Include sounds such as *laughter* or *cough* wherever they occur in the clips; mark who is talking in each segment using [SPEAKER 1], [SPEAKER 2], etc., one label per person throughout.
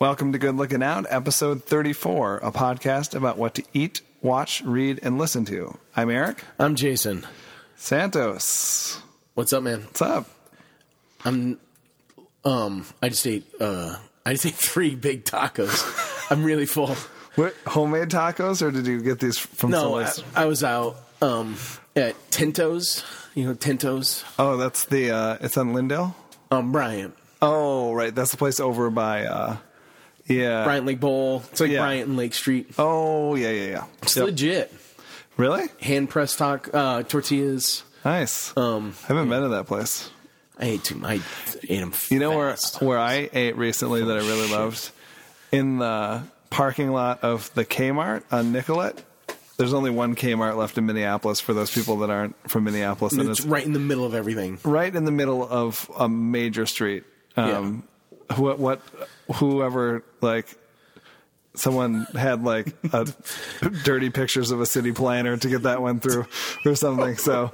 [SPEAKER 1] Welcome to Good Looking Out, episode 34, a podcast about what to eat, watch, read, and listen to. I'm Eric
[SPEAKER 2] I'm Jason.
[SPEAKER 1] Santos.
[SPEAKER 2] What's up, man?
[SPEAKER 1] What's up?
[SPEAKER 2] I'm um I just ate uh I just *laughs* ate three big tacos. I'm really full.
[SPEAKER 1] What, homemade tacos, or did you get these from
[SPEAKER 2] No, I,
[SPEAKER 1] someplace?
[SPEAKER 2] I was out um at Tintos, you know, Tintos.
[SPEAKER 1] oh, that's the, uh, it's on Lindale?
[SPEAKER 2] Um Bryant.
[SPEAKER 1] Oh, right. That's the place over by, uh, yeah.
[SPEAKER 2] Bryant Lake Bowl. It's like
[SPEAKER 1] Yeah.
[SPEAKER 2] Bryant and Lake Street.
[SPEAKER 1] Oh, yeah, yeah, yeah.
[SPEAKER 2] It's
[SPEAKER 1] Yep.
[SPEAKER 2] legit.
[SPEAKER 1] Really?
[SPEAKER 2] Hand pressed tac uh tortillas.
[SPEAKER 1] Nice.
[SPEAKER 2] Um
[SPEAKER 1] I haven't been to that place.
[SPEAKER 2] I ate too I ate them
[SPEAKER 1] You know
[SPEAKER 2] fast. Oh,
[SPEAKER 1] where where I ate recently that I really loved in the parking lot of the Kmart on Nicollet. There's only one Kmart left in Minneapolis for those people that aren't from Minneapolis, and
[SPEAKER 2] it's
[SPEAKER 1] it's
[SPEAKER 2] right in the middle of everything.
[SPEAKER 1] right in the middle of a major street. Um, What what whoever like someone had like a dirty pictures of a city planner to get that one through or something. So,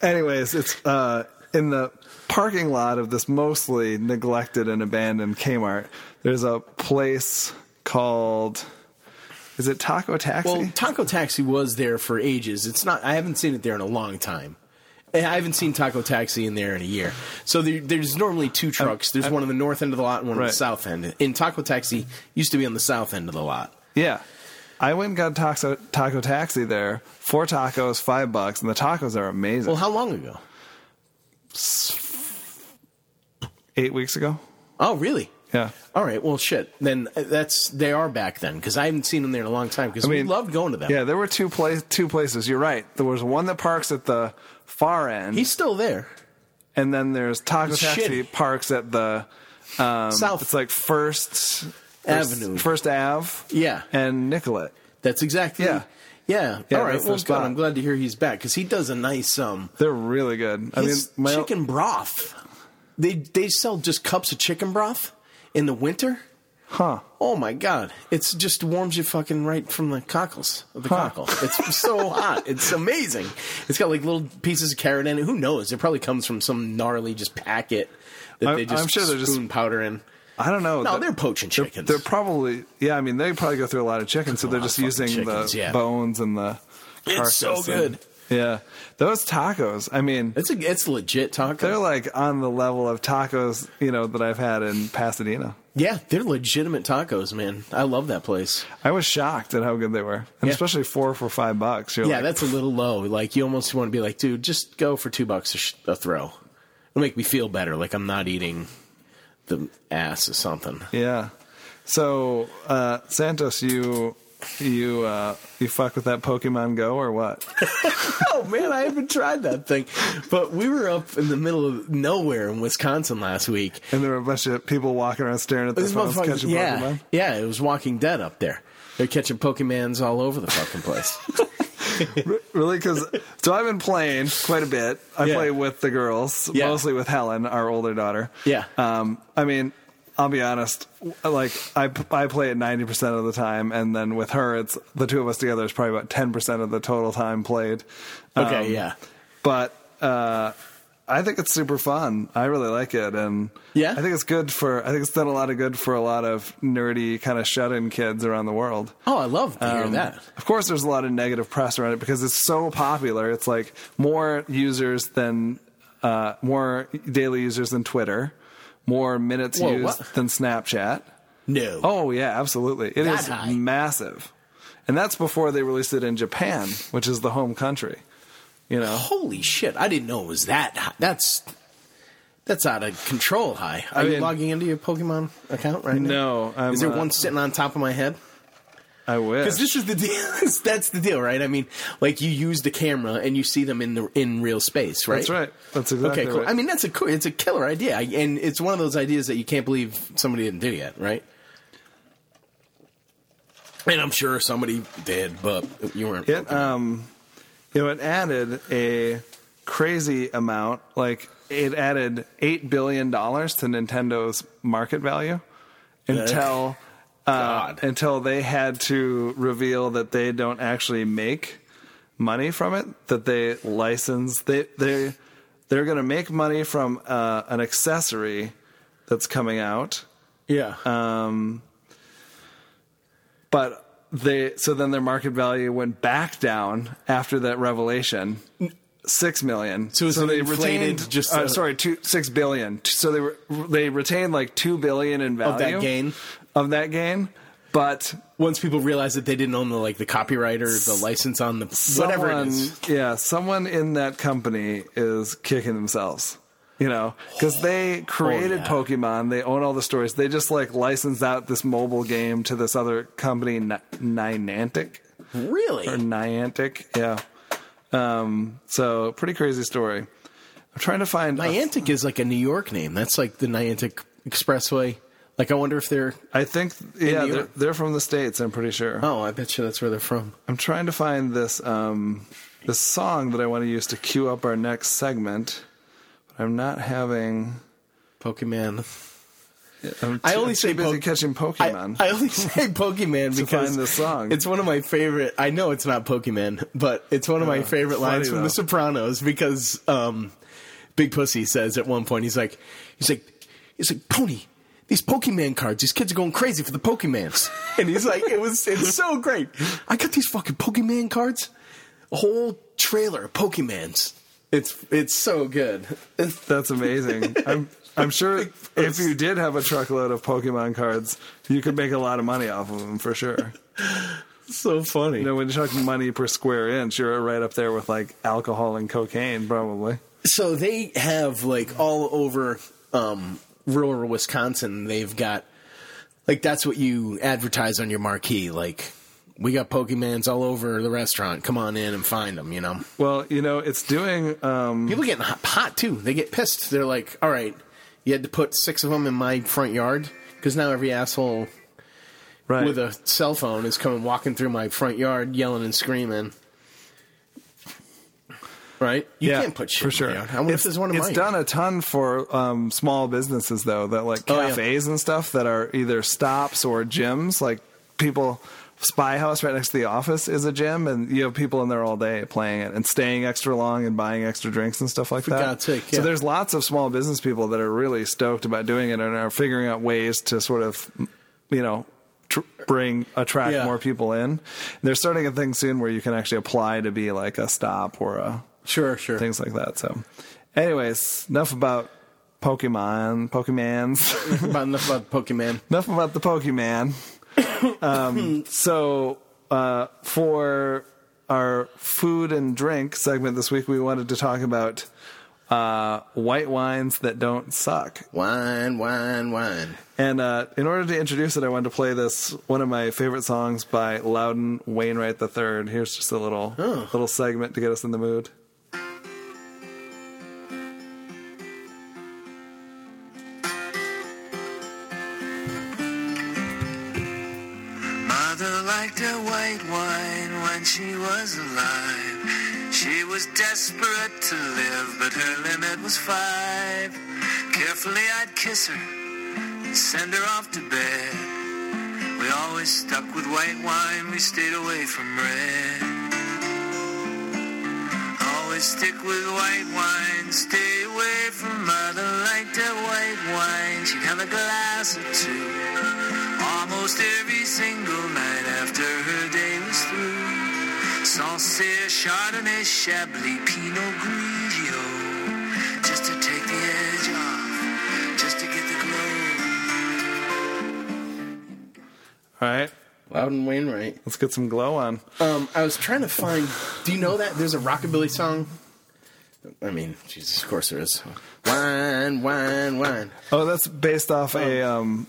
[SPEAKER 1] anyways, it's uh, in the parking lot of this mostly neglected and abandoned Kmart. There's a place called is it Taco Taxi?
[SPEAKER 2] Well, Taco Taxi was there for ages. It's not. I haven't seen it there in a long time. And I haven't seen Taco Taxi in there in a year. So there, there's normally two trucks. There's one on the north end of the lot and one on
[SPEAKER 1] Um, Right.
[SPEAKER 2] the south end. And Taco Taxi used to be on the south end of the lot.
[SPEAKER 1] Yeah. I went and got taco, taco taxi there. Four tacos, five bucks, and the tacos are amazing.
[SPEAKER 2] Well, how long ago?
[SPEAKER 1] Eight weeks ago.
[SPEAKER 2] Oh, really?
[SPEAKER 1] Yeah.
[SPEAKER 2] All right. Well, shit. Then uh, that's they are back then because I haven't seen them there in a long time because
[SPEAKER 1] mean,
[SPEAKER 2] we loved going to them.
[SPEAKER 1] Yeah, there were two place two places. You're right. There was one that parks at the far end,
[SPEAKER 2] He's still there.
[SPEAKER 1] and then there's Taco
[SPEAKER 2] It's
[SPEAKER 1] Taxi
[SPEAKER 2] shitty.
[SPEAKER 1] parks at the um,
[SPEAKER 2] South.
[SPEAKER 1] It's like First
[SPEAKER 2] Avenue.
[SPEAKER 1] First, First Ave.
[SPEAKER 2] Yeah.
[SPEAKER 1] and Nicollet.
[SPEAKER 2] That's exactly.
[SPEAKER 1] Yeah.
[SPEAKER 2] Yeah.
[SPEAKER 1] Yeah,
[SPEAKER 2] All right.
[SPEAKER 1] that's
[SPEAKER 2] Well,
[SPEAKER 1] their
[SPEAKER 2] good.
[SPEAKER 1] spot.
[SPEAKER 2] I'm glad to hear he's back because he does a nice um.
[SPEAKER 1] They're really good. I mean,
[SPEAKER 2] It's
[SPEAKER 1] my
[SPEAKER 2] chicken broth. They they sell just cups of chicken broth in the winter.
[SPEAKER 1] huh?
[SPEAKER 2] Oh my god! It's just warms you fucking right from the cockles of the
[SPEAKER 1] Huh.
[SPEAKER 2] cockle. It's so hot. It's amazing. It's got like little pieces of carrot in it. Who knows? It probably comes from some gnarly just packet that
[SPEAKER 1] I'm-
[SPEAKER 2] they just
[SPEAKER 1] I'm sure they're just-
[SPEAKER 2] spoon powder in.
[SPEAKER 1] I don't know.
[SPEAKER 2] No,
[SPEAKER 1] The-
[SPEAKER 2] they're poaching chickens.
[SPEAKER 1] They're probably yeah. I mean, they probably go through a lot of chicken, so they're
[SPEAKER 2] lot
[SPEAKER 1] just
[SPEAKER 2] of
[SPEAKER 1] using
[SPEAKER 2] fucking chickens,
[SPEAKER 1] the
[SPEAKER 2] yeah.
[SPEAKER 1] bones and the.
[SPEAKER 2] It's so
[SPEAKER 1] carcass and-
[SPEAKER 2] good.
[SPEAKER 1] yeah, those tacos. I mean,
[SPEAKER 2] it's a it's legit taco.
[SPEAKER 1] they're like on the level of tacos you know that I've had in Pasadena.
[SPEAKER 2] yeah, they're legitimate tacos, man. I love that place.
[SPEAKER 1] I was shocked at how good they were, and
[SPEAKER 2] Yeah.
[SPEAKER 1] especially four for five bucks. You're
[SPEAKER 2] Yeah,
[SPEAKER 1] like,
[SPEAKER 2] that's a little low. Like you almost want to be like, dude, just go for two bucks a, sh- a throw. It'll make me feel better. Like I'm not eating the ass or something. *laughs*
[SPEAKER 1] yeah. So uh, Santos, you you uh, you fuck with that Pokemon Go or what?
[SPEAKER 2] oh man, I haven't tried that thing. But we were up in the middle of nowhere in Wisconsin last week.
[SPEAKER 1] And there were a bunch of people walking around staring at their
[SPEAKER 2] This
[SPEAKER 1] phones
[SPEAKER 2] motherfucker,
[SPEAKER 1] catching
[SPEAKER 2] yeah,
[SPEAKER 1] Pokemon.
[SPEAKER 2] yeah, it was Walking Dead up there. They're catching Pokemans all over the fucking place.
[SPEAKER 1] Re- really because so i've been playing quite a bit i
[SPEAKER 2] Yeah.
[SPEAKER 1] play with the girls
[SPEAKER 2] Yeah.
[SPEAKER 1] mostly with helen our older daughter
[SPEAKER 2] *laughs* Yeah.
[SPEAKER 1] um i mean i'll be honest like i i play it 90% of the time and then with her it's the two of us together is probably about 10% of the total time played
[SPEAKER 2] Okay,
[SPEAKER 1] Um,
[SPEAKER 2] yeah.
[SPEAKER 1] but uh I think it's super fun. I really like it, and
[SPEAKER 2] Yeah?
[SPEAKER 1] I think it's good for. I think it's done a lot of good for a lot of nerdy kind of shut-in kids around the world.
[SPEAKER 2] Oh, I love to hear
[SPEAKER 1] Um,
[SPEAKER 2] that.
[SPEAKER 1] Of course, there's a lot of negative press around it because it's so popular. It's like more users than uh, more daily users than Twitter, more minutes
[SPEAKER 2] Whoa,
[SPEAKER 1] used
[SPEAKER 2] what?
[SPEAKER 1] than Snapchat.
[SPEAKER 2] No.
[SPEAKER 1] Oh yeah, absolutely. It is
[SPEAKER 2] That high.
[SPEAKER 1] massive, and that's before they released it in Japan, which is the home country. You know,
[SPEAKER 2] Holy shit! I didn't know it was that. High. That's that's out of control. High. Are
[SPEAKER 1] I
[SPEAKER 2] you
[SPEAKER 1] mean-
[SPEAKER 2] logging into your Pokemon account right now?
[SPEAKER 1] No, I'm uh,
[SPEAKER 2] is there
[SPEAKER 1] not.
[SPEAKER 2] one sitting on top of my head?
[SPEAKER 1] I wish.
[SPEAKER 2] Because this is the deal. *laughs* that's the deal, right? I mean, like you use the camera and you see them in the in real space, right?
[SPEAKER 1] That's right. That's exactly
[SPEAKER 2] okay, cool.
[SPEAKER 1] right.
[SPEAKER 2] I mean, that's a cool. It's a killer idea, I- and it's one of those ideas that you can't believe somebody didn't do yet, right? And I'm sure somebody did, but you weren't.
[SPEAKER 1] It um, you know, it added a crazy amount. Like it added eight billion dollars to Nintendo's market value until uh,
[SPEAKER 2] God.
[SPEAKER 1] until they had to reveal that they don't actually make money from it. That they license they they they're going to make money from uh, an accessory that's coming out
[SPEAKER 2] yeah.
[SPEAKER 1] um, But they so then their market value went back down after that revelation. Six million.
[SPEAKER 2] So it's an
[SPEAKER 1] they
[SPEAKER 2] inflated just
[SPEAKER 1] uh,
[SPEAKER 2] a-
[SPEAKER 1] sorry, two six billion. So they were they retained like two billion in value
[SPEAKER 2] that gain.
[SPEAKER 1] of that gain, but
[SPEAKER 2] Once people realized that they didn't own the like the copyright or the license on the whatever it is,
[SPEAKER 1] Yeah, someone in that company is kicking themselves. You know, because they created
[SPEAKER 2] Oh, yeah.
[SPEAKER 1] Pokemon, they own all the stories. They just like licensed out this mobile game to this other company, Ni- Niantic
[SPEAKER 2] really
[SPEAKER 1] or Niantic. Yeah. Um. So pretty crazy story. I'm trying to find. uh, I
[SPEAKER 2] Niantic is like a New York name. That's like the Niantic Expressway. Like, I wonder if they're.
[SPEAKER 1] think yeah,
[SPEAKER 2] New
[SPEAKER 1] they're,
[SPEAKER 2] York.
[SPEAKER 1] they're from the states. I'm pretty sure.
[SPEAKER 2] Oh, I bet you that's where they're from.
[SPEAKER 1] I'm trying to find this um this song that I want to use to cue up our next segment. But I'm not having.
[SPEAKER 2] Pokemon.
[SPEAKER 1] I'm
[SPEAKER 2] I
[SPEAKER 1] too-
[SPEAKER 2] only
[SPEAKER 1] I'm
[SPEAKER 2] say
[SPEAKER 1] too busy
[SPEAKER 2] Poke-
[SPEAKER 1] catching
[SPEAKER 2] I,
[SPEAKER 1] Pokemon.
[SPEAKER 2] I
[SPEAKER 1] *laughs*
[SPEAKER 2] only say Pokemon because
[SPEAKER 1] find this song.
[SPEAKER 2] It's one of my favorite. I know it's not Pokemon, but it's one of my favorite
[SPEAKER 1] funny
[SPEAKER 2] lines from
[SPEAKER 1] though.
[SPEAKER 2] The Sopranos because um, Big Pussy says at one point he's like he's like he's like Pony. These Pokemon cards, these kids are going crazy for the Pokemons. And he's like, it was, it's so great. I got these fucking Pokemon cards, a whole trailer of Pokemons. It's, it's so good.
[SPEAKER 1] That's amazing. I'm I'm
[SPEAKER 2] *laughs*
[SPEAKER 1] sure if you did have a truckload of Pokemon cards, you could make a lot of money off of them for sure.
[SPEAKER 2] It's so funny.
[SPEAKER 1] You know, when you talk money per square inch, you're right up there with like alcohol and cocaine, probably.
[SPEAKER 2] so they have like all over um, rural Wisconsin. They've got like that's what you advertise on your marquee. Like we got Pokemans all over the restaurant. Come on in and find them. You know,
[SPEAKER 1] Well, you know, it's doing. Um,
[SPEAKER 2] people getting hot, hot too. They get pissed. They're like, all right, you had to put six of them in my front yard because now every asshole
[SPEAKER 1] right.
[SPEAKER 2] with a cell phone is coming walking through my front yard yelling and screaming. Right? You
[SPEAKER 1] Yeah,
[SPEAKER 2] can't put shit
[SPEAKER 1] for
[SPEAKER 2] in
[SPEAKER 1] sure.
[SPEAKER 2] my yard. I wonder if there's one of
[SPEAKER 1] it's
[SPEAKER 2] mine.
[SPEAKER 1] done a ton for um, small businesses though, that like
[SPEAKER 2] Oh, yeah.
[SPEAKER 1] cafes and stuff that are either stops or gyms. Like people, Spy House right next to the office is a gym, and you have people in there all day playing it and staying extra long and buying extra drinks and stuff like that.
[SPEAKER 2] God's sake,
[SPEAKER 1] So
[SPEAKER 2] yeah.
[SPEAKER 1] there's lots of small business people that are really stoked about doing it and are figuring out ways to sort of, you know. Tr- bring attract
[SPEAKER 2] Yeah.
[SPEAKER 1] more people in. They're starting a thing soon where you can actually apply to be like a stop or a
[SPEAKER 2] Sure, sure.
[SPEAKER 1] things like that. So, anyways, enough about Pokemon, Pokemans, *laughs*
[SPEAKER 2] about enough about Pokemon.
[SPEAKER 1] enough about the Pokemon. Um, so, uh, for our food and drink segment this week, we wanted to talk about uh, white wines that don't suck.
[SPEAKER 2] Wine, wine, wine.
[SPEAKER 1] And uh, in order to introduce it, I wanted to play this one of my favorite songs by Loudon Wainwright III. Here's just a little little segment to get us in the mood.
[SPEAKER 3] Mother liked her white wine when she was alive. She was desperate to live, but her limit was five. Carefully, I'd kiss her and send her off to bed. We always stuck with white wine, we stayed away from red. Always stick with white wine, stay away from mother liked her white wine. She'd have a glass or two. Almost every single night after her day was through. Sancerre, Chardonnay, Chablis, Pinot Grigio. Just to take the edge off, just to get the glow.
[SPEAKER 1] All right,
[SPEAKER 2] Loudon Wainwright.
[SPEAKER 1] let's get some glow on.
[SPEAKER 2] Um, I was trying to find. Do you know that there's a rockabilly song? I mean, Jesus, of course there is. Wine, wine, wine.
[SPEAKER 1] Oh, that's based off a um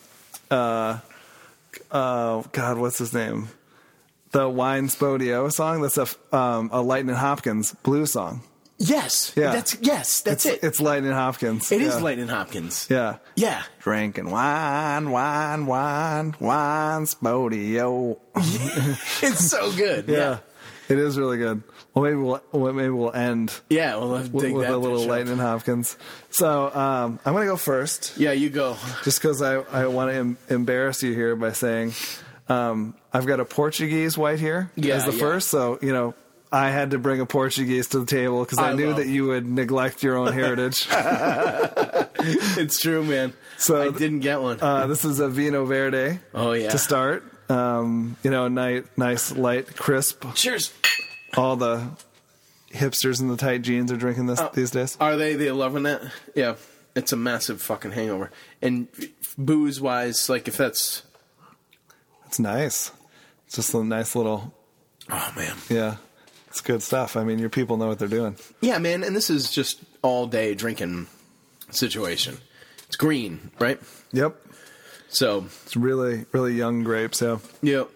[SPEAKER 1] uh uh God, what's his name? The Wine Spodio song. That's a f- um a Lightning Hopkins blues song.
[SPEAKER 2] Yes,
[SPEAKER 1] Yeah.
[SPEAKER 2] That's yes, that's
[SPEAKER 1] it's,
[SPEAKER 2] it.
[SPEAKER 1] It's Lightning Hopkins.
[SPEAKER 2] It is
[SPEAKER 1] yeah.
[SPEAKER 2] Lightning Hopkins.
[SPEAKER 1] Yeah.
[SPEAKER 2] yeah,
[SPEAKER 1] Drinking wine, wine, wine, wine Spodio.
[SPEAKER 2] it's so good.
[SPEAKER 1] Yeah. *laughs* It is really good. Well, maybe we'll well, maybe we'll end
[SPEAKER 2] yeah. Well, I'll
[SPEAKER 1] with,
[SPEAKER 2] dig
[SPEAKER 1] with
[SPEAKER 2] that
[SPEAKER 1] a little
[SPEAKER 2] bitch up.
[SPEAKER 1] Lightning Hopkins. So um, I'm gonna go first.
[SPEAKER 2] Yeah, you go. *laughs*
[SPEAKER 1] just because I, I want to em- embarrass you here by saying um, I've got a Portuguese white here
[SPEAKER 2] Yeah,
[SPEAKER 1] as the
[SPEAKER 2] yeah.
[SPEAKER 1] first. So, you know, I had to bring a Portuguese to the table because I,
[SPEAKER 2] I
[SPEAKER 1] knew
[SPEAKER 2] love-
[SPEAKER 1] that you would neglect your own
[SPEAKER 2] *laughs*
[SPEAKER 1] heritage.
[SPEAKER 2] It's true, man.
[SPEAKER 1] So-
[SPEAKER 2] I didn't get one.
[SPEAKER 1] uh, this is a Vino Verde
[SPEAKER 2] oh yeah.
[SPEAKER 1] to start. Um, you know, nice, nice, light, crisp.
[SPEAKER 2] Cheers.
[SPEAKER 1] All the hipsters in the tight jeans are drinking
[SPEAKER 2] Oh.
[SPEAKER 1] this these days.
[SPEAKER 2] Are they? They loving it? Yeah, it's a massive fucking hangover. And booze wise, like if that's
[SPEAKER 1] It's nice. It's just a nice little
[SPEAKER 2] oh man,
[SPEAKER 1] yeah. It's good stuff. I mean, your people know what they're doing.
[SPEAKER 2] yeah, man. And this is just all day drinking situation. It's green, right?
[SPEAKER 1] Yep.
[SPEAKER 2] So
[SPEAKER 1] It's really, really young grapes. Yeah.
[SPEAKER 2] Yep.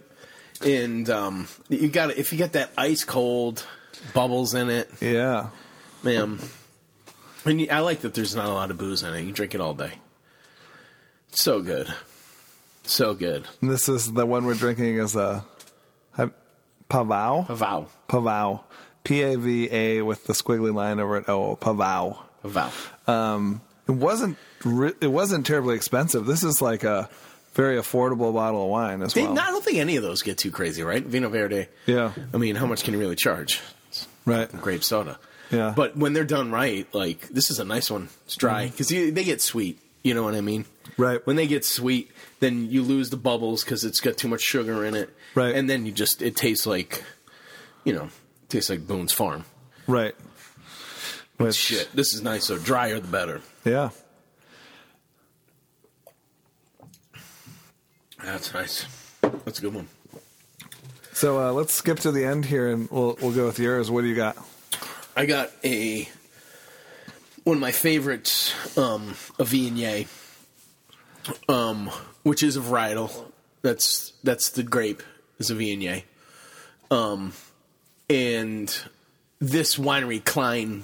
[SPEAKER 2] And um, you got if you get that ice cold bubbles in it,
[SPEAKER 1] Yeah.
[SPEAKER 2] man. And you, I like that there's not a lot of booze in it. You drink it all day. So good, so good.
[SPEAKER 1] And this is the one we're drinking is uh, a have- pavao.
[SPEAKER 2] Vow,
[SPEAKER 1] Pavao. P A V A with the squiggly line over it. Oh, pavao.
[SPEAKER 2] vow.
[SPEAKER 1] Um, it wasn't ri- it wasn't terribly expensive. This is like a very affordable bottle of wine as
[SPEAKER 2] They,
[SPEAKER 1] well.
[SPEAKER 2] not- I don't think any of those get too crazy, right? Vino Verde.
[SPEAKER 1] Yeah.
[SPEAKER 2] I mean, how much can you really charge?
[SPEAKER 1] right.
[SPEAKER 2] Grape soda.
[SPEAKER 1] Yeah.
[SPEAKER 2] But when they're done right, like this is a nice one. It's dry because they get sweet. You know what I mean?
[SPEAKER 1] Mm-hmm. Right.
[SPEAKER 2] When they get sweet, then you lose the bubbles because it's got too much sugar in it.
[SPEAKER 1] Right.
[SPEAKER 2] And then you just it tastes like, you know, tastes like Boone's Farm.
[SPEAKER 1] Right. Which-
[SPEAKER 2] Shit, this is nice. So drier the better.
[SPEAKER 1] Yeah.
[SPEAKER 2] That's nice. That's a good one.
[SPEAKER 1] So uh, let's skip to the end here, and we'll we'll go with yours. What do you got?
[SPEAKER 2] I got a one of my favorites, um, a Viognier, um, which is a varietal. That's that's the grape is a Viognier, um, and this winery Klein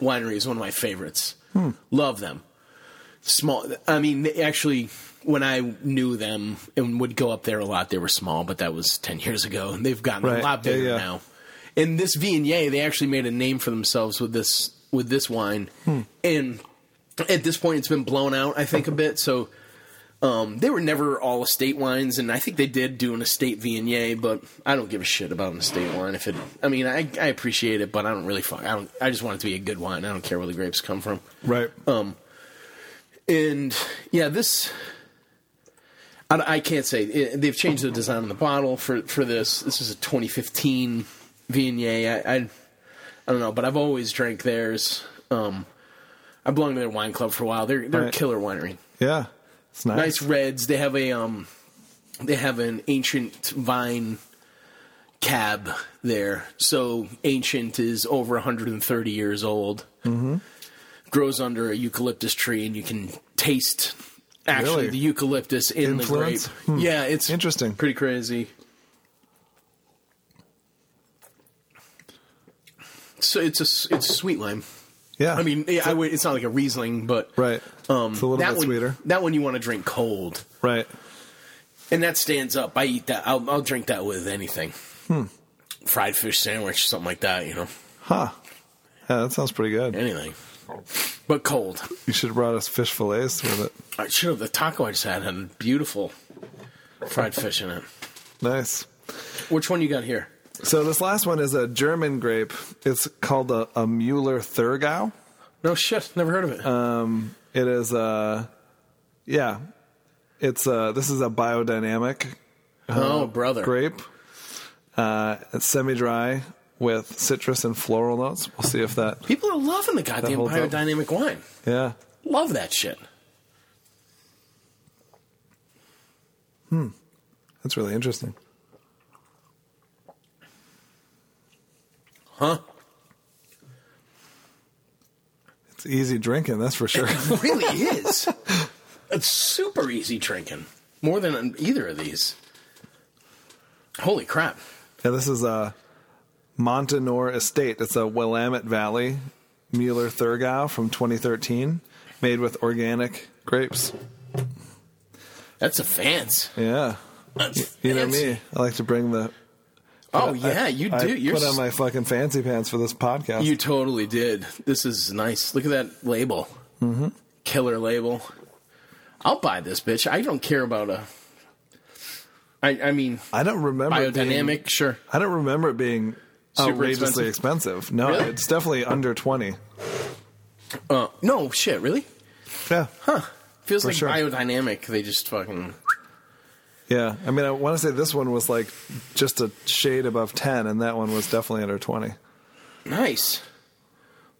[SPEAKER 2] Winery is one of my favorites.
[SPEAKER 1] Hmm.
[SPEAKER 2] Love them. Small. I mean, they actually, when I knew them and would go up there a lot, they were small, but that was ten years ago, and they've gotten
[SPEAKER 1] Right.
[SPEAKER 2] a lot
[SPEAKER 1] Yeah,
[SPEAKER 2] bigger
[SPEAKER 1] yeah.
[SPEAKER 2] now. And this Viognier, they actually made a name for themselves with this with this wine.
[SPEAKER 1] Hmm.
[SPEAKER 2] And at this point, it's been blown out, I think, a bit. So um, they were never all estate wines, and I think they did do an estate Viognier, but I don't give a shit about an estate wine. If it, I mean, I, I appreciate it, but I don't really fuck. I don't. I just want it to be a good wine. I don't care where the grapes come from.
[SPEAKER 1] Right.
[SPEAKER 2] Um, and yeah, this I, I can't say It- they've changed the design on the bottle for for this. This is a 2015 Viognier. I, I I don't know, but I've always drank theirs. Um, I belong to their wine club for a while. They're they're
[SPEAKER 1] Right.
[SPEAKER 2] a killer winery.
[SPEAKER 1] yeah. It's nice.
[SPEAKER 2] Nice reds. They have a um, they have an ancient vine cab there. So ancient is over 130 years old. Mm-hmm. Grows under a eucalyptus tree, and you can taste actually
[SPEAKER 1] Really?
[SPEAKER 2] the eucalyptus in
[SPEAKER 1] Influence? Hmm.
[SPEAKER 2] the grape. Yeah, it's
[SPEAKER 1] Interesting.
[SPEAKER 2] Pretty crazy. So it's a s- it's sweet lime.
[SPEAKER 1] Yeah.
[SPEAKER 2] I mean, yeah, I would, it's not like a Riesling, but
[SPEAKER 1] right.
[SPEAKER 2] um,
[SPEAKER 1] it's a little
[SPEAKER 2] that
[SPEAKER 1] bit
[SPEAKER 2] one,
[SPEAKER 1] sweeter.
[SPEAKER 2] That one you want to drink cold,
[SPEAKER 1] Right.
[SPEAKER 2] and that stands up. I eat that. I'll, I'll drink that with anything.
[SPEAKER 1] Hmm.
[SPEAKER 2] Fried fish sandwich, something like that. You know,
[SPEAKER 1] Huh. Yeah, that sounds pretty good.
[SPEAKER 2] anything, but cold.
[SPEAKER 1] You should have brought us fish fillets with it.
[SPEAKER 2] I should have the taco I just had had a beautiful fried fish in it.
[SPEAKER 1] Nice.
[SPEAKER 2] Which one you got here?
[SPEAKER 1] So this last one is a German grape. It's called a, a Mueller Thurgau.
[SPEAKER 2] No shit, never heard of it.
[SPEAKER 1] Uh, It is a, yeah, it's a. This is a biodynamic
[SPEAKER 2] oh, brother,
[SPEAKER 1] grape. Uh, it's semi-dry with citrus and floral notes. We'll see if that.
[SPEAKER 2] People are loving the goddamn
[SPEAKER 1] holds up.
[SPEAKER 2] biodynamic wine.
[SPEAKER 1] Yeah,
[SPEAKER 2] Love that shit.
[SPEAKER 1] that's really interesting.
[SPEAKER 2] Huh?
[SPEAKER 1] It's easy drinking, that's for
[SPEAKER 2] *laughs*
[SPEAKER 1] sure. *laughs*
[SPEAKER 2] really is. It's super easy drinking. More than on either of these. Holy crap.
[SPEAKER 1] Yeah, this is a Montanor Estate. It's a Willamette Valley Mueller Thurgau from 2013, made with organic grapes.
[SPEAKER 2] That's a fans.
[SPEAKER 1] Yeah,
[SPEAKER 2] That's
[SPEAKER 1] you know
[SPEAKER 2] fancy.
[SPEAKER 1] me. I like to bring the.
[SPEAKER 2] Oh yeah, you do.
[SPEAKER 1] I
[SPEAKER 2] You're
[SPEAKER 1] put on
[SPEAKER 2] s-
[SPEAKER 1] my fucking fancy pants for this podcast.
[SPEAKER 2] you totally did. This is nice. Look at that label. Mm-hmm. Killer label. I'll buy this bitch. I don't care about a I I mean
[SPEAKER 1] I don't remember it being-
[SPEAKER 2] biodynamic, sure.
[SPEAKER 1] I don't remember it being
[SPEAKER 2] Super
[SPEAKER 1] outrageously expensive. No,
[SPEAKER 2] Really?
[SPEAKER 1] it's definitely under twenty.
[SPEAKER 2] Uh no shit, really?
[SPEAKER 1] Yeah,
[SPEAKER 2] Feels
[SPEAKER 1] For
[SPEAKER 2] like
[SPEAKER 1] sure.
[SPEAKER 2] biodynamic. They just fucking
[SPEAKER 1] Yeah, I mean, I want to say this one was like just a shade above ten, and that one was definitely under twenty.
[SPEAKER 2] Nice.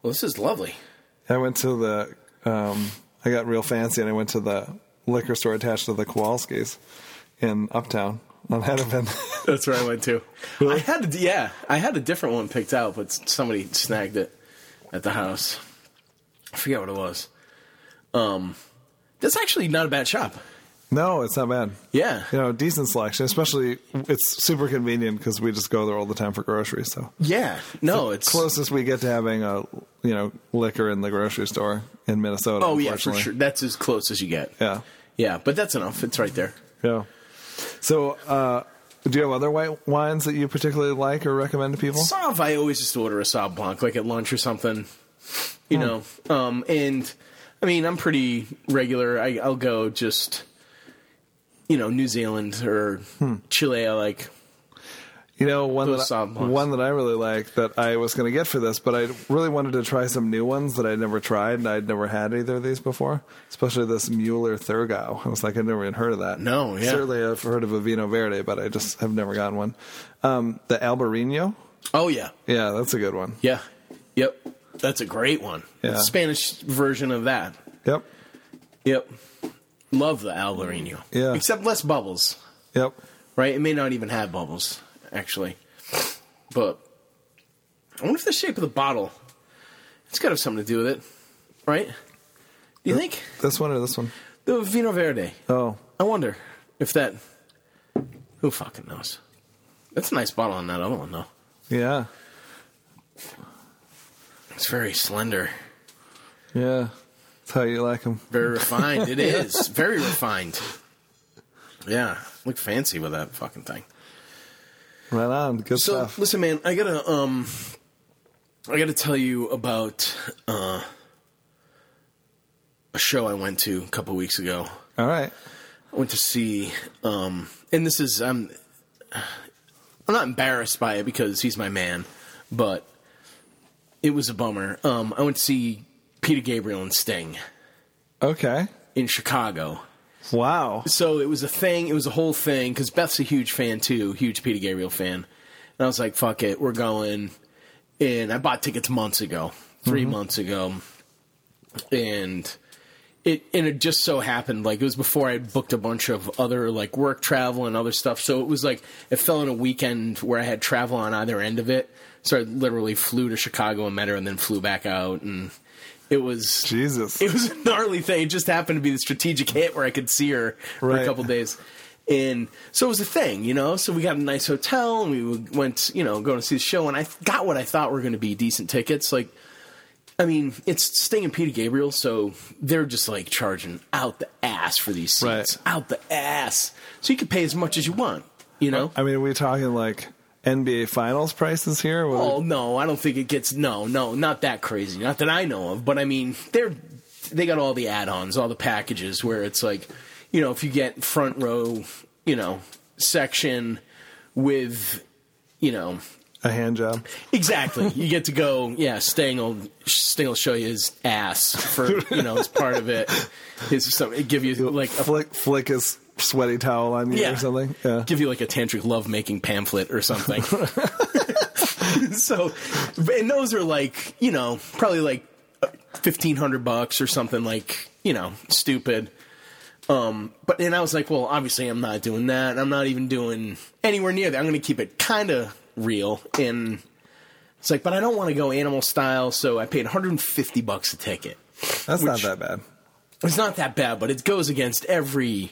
[SPEAKER 2] Well, this is lovely.
[SPEAKER 1] I went to the, um, I got real fancy, and I went to the liquor store attached to the Kowalskis in Uptown on *laughs* Hennepin.
[SPEAKER 2] That's where I went to. I had a, yeah, I had a different one picked out, but somebody snagged it at the house. I forget what it was. Um, that's actually not a bad shop.
[SPEAKER 1] no, it's not bad.
[SPEAKER 2] Yeah.
[SPEAKER 1] You know, decent selection, especially it's super convenient because we just go there all the time for groceries. So
[SPEAKER 2] Yeah. No, it's
[SPEAKER 1] closest we get to having a you know liquor in the grocery store in Minnesota.
[SPEAKER 2] Oh yeah, for
[SPEAKER 1] unfortunately.
[SPEAKER 2] sure. That's as close as you get.
[SPEAKER 1] Yeah,
[SPEAKER 2] Yeah, but that's enough. It's right there.
[SPEAKER 1] yeah. So, uh, do you have other white wines that you particularly like or recommend to people?
[SPEAKER 2] Sauv, I always just order a Sauv Blanc, like at lunch or something. You know, um, and I mean, I'm pretty regular. I, I'll go just, you know, New Zealand or Chile. I like.
[SPEAKER 1] You know, one
[SPEAKER 2] Those
[SPEAKER 1] that, I-
[SPEAKER 2] soft ones.
[SPEAKER 1] one that I really like that I was going to get for this, but I really wanted to try some new ones that I'd never tried and I'd never had either of these before, especially this Mueller Thurgau. I was like, I've never even heard of that.
[SPEAKER 2] No, yeah.
[SPEAKER 1] Certainly I've heard of a Vino Verde, but I just have never gotten one. Um, the Albarino.
[SPEAKER 2] Oh yeah,
[SPEAKER 1] Yeah, that's a good one.
[SPEAKER 2] yeah, yep. That's a great one.
[SPEAKER 1] Yeah.
[SPEAKER 2] Spanish version of that.
[SPEAKER 1] Yep.
[SPEAKER 2] Yep. Love the Albarino.
[SPEAKER 1] Yeah.
[SPEAKER 2] Except less bubbles.
[SPEAKER 1] Yep.
[SPEAKER 2] right? It may not even have bubbles, actually. But I wonder if the shape of the bottle. It's got to have something to do with it, right? You think
[SPEAKER 1] This one or this one?
[SPEAKER 2] the Vino Verde?
[SPEAKER 1] Oh,
[SPEAKER 2] I wonder if that. Who fucking knows? That's a nice bottle on that other one, though.
[SPEAKER 1] yeah.
[SPEAKER 2] It's very slender,
[SPEAKER 1] Yeah. That's how you like them.
[SPEAKER 2] very refined. It is very refined. Yeah, look fancy with that fucking thing.
[SPEAKER 1] Right on. Good
[SPEAKER 2] So
[SPEAKER 1] stuff.
[SPEAKER 2] listen, man, I gotta um, I gotta tell you about uh, a show I went to a couple weeks ago.
[SPEAKER 1] All right.
[SPEAKER 2] I went to see, um, and this is I'm, I'm not embarrassed by it because he's my man, but it was a bummer. Um, I went to see Peter Gabriel and Sting
[SPEAKER 1] Okay.
[SPEAKER 2] in Chicago.
[SPEAKER 1] Wow.
[SPEAKER 2] so it was a thing. It was a whole thing because Beth's a huge fan too, huge Peter Gabriel fan. And I was like, "Fuck it, we're going." And I bought tickets months ago, 3 months ago, and it and it just so happened like it was before I had booked a bunch of other like work travel and other stuff. So it was like it fell in a weekend where I had travel on either end of it. So I literally flew to Chicago and met her, and then flew back out, and it was
[SPEAKER 1] Jesus.
[SPEAKER 2] *laughs* it was a gnarly thing. It just happened to be the strategic hit where I could see her for
[SPEAKER 1] Right.
[SPEAKER 2] a couple days. And so it was a thing, you know. So we got a nice hotel and we went, you know, going to see the show. And I got what I thought were going to be decent tickets. Like, I mean, it's Sting and Peter Gabriel, so they're just like charging out the ass for these seats,
[SPEAKER 1] Right.
[SPEAKER 2] out the ass. So you could pay as much as you want, you know.
[SPEAKER 1] I mean, are we talking like NBA Finals prices here?
[SPEAKER 2] Oh no, I don't think it gets no, no, not that crazy. Not that I know of, but I mean they're they got all the add-ons, all the packages where it's like, you know, if you get front row, you know, section with you know,
[SPEAKER 1] a hand job.
[SPEAKER 2] Exactly. You get to go. Yeah, Sting will Sting will show you his ass for you know as part of it. His some give you like a
[SPEAKER 1] flick flick his sweaty towel on you
[SPEAKER 2] yeah.
[SPEAKER 1] or something. Yeah.
[SPEAKER 2] Give you like a tantric love making pamphlet
[SPEAKER 1] *laughs*
[SPEAKER 2] or something. so, and those are like, you know, probably like 1500 bucks or something like, you know, stupid. Um, but and I was like, well, obviously I'm not doing that. I'm not even doing anywhere near that. I'm going to keep it kind of real and it's like, but I don't want to go animal style, so I paid 150 bucks a ticket.
[SPEAKER 1] That's not that bad.
[SPEAKER 2] It's not that bad, but it goes against every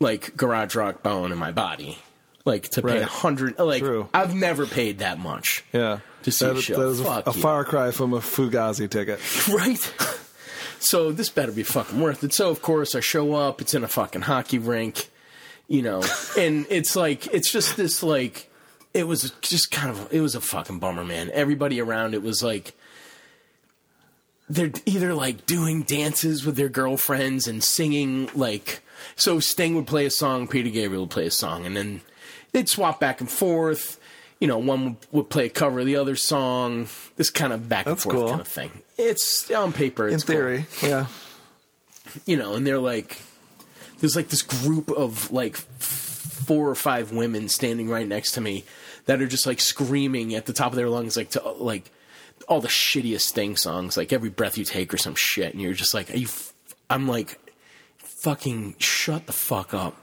[SPEAKER 2] like garage rock bone in my body. Like to pay
[SPEAKER 1] Right.
[SPEAKER 2] a hundred, like
[SPEAKER 1] True.
[SPEAKER 2] I've never paid that much,
[SPEAKER 1] Yeah.
[SPEAKER 2] To see
[SPEAKER 1] that,
[SPEAKER 2] a show.
[SPEAKER 1] that was a,
[SPEAKER 2] Fuck
[SPEAKER 1] a
[SPEAKER 2] you.
[SPEAKER 1] far cry from a Fugazi ticket.
[SPEAKER 2] *laughs* right? so this better be fucking worth it. So of course I show up. It's in a fucking hockey rink,
[SPEAKER 1] *laughs*
[SPEAKER 2] you know, and it's like it's just this like it was just kind of it was a fucking bummer, man. Everybody around it was like they're either like doing dances with their girlfriends and singing like so Sting would play a song, Peter Gabriel would play a song, and then they'd swap back and forth. You know, one would play a cover of the other song. This kind of back and
[SPEAKER 1] That's
[SPEAKER 2] forth
[SPEAKER 1] cool.
[SPEAKER 2] kind of thing. It's on paper.
[SPEAKER 1] In
[SPEAKER 2] It's cool
[SPEAKER 1] theory. Yeah.
[SPEAKER 2] you know, and they're like, there's like this group of like f- four or five women standing right next to me that are just like screaming at the top of their lungs, like to like all the shittiest thing songs, like every breath you take or some shit, and you're just like, are you? F-? I'm like, fucking shut the fuck up.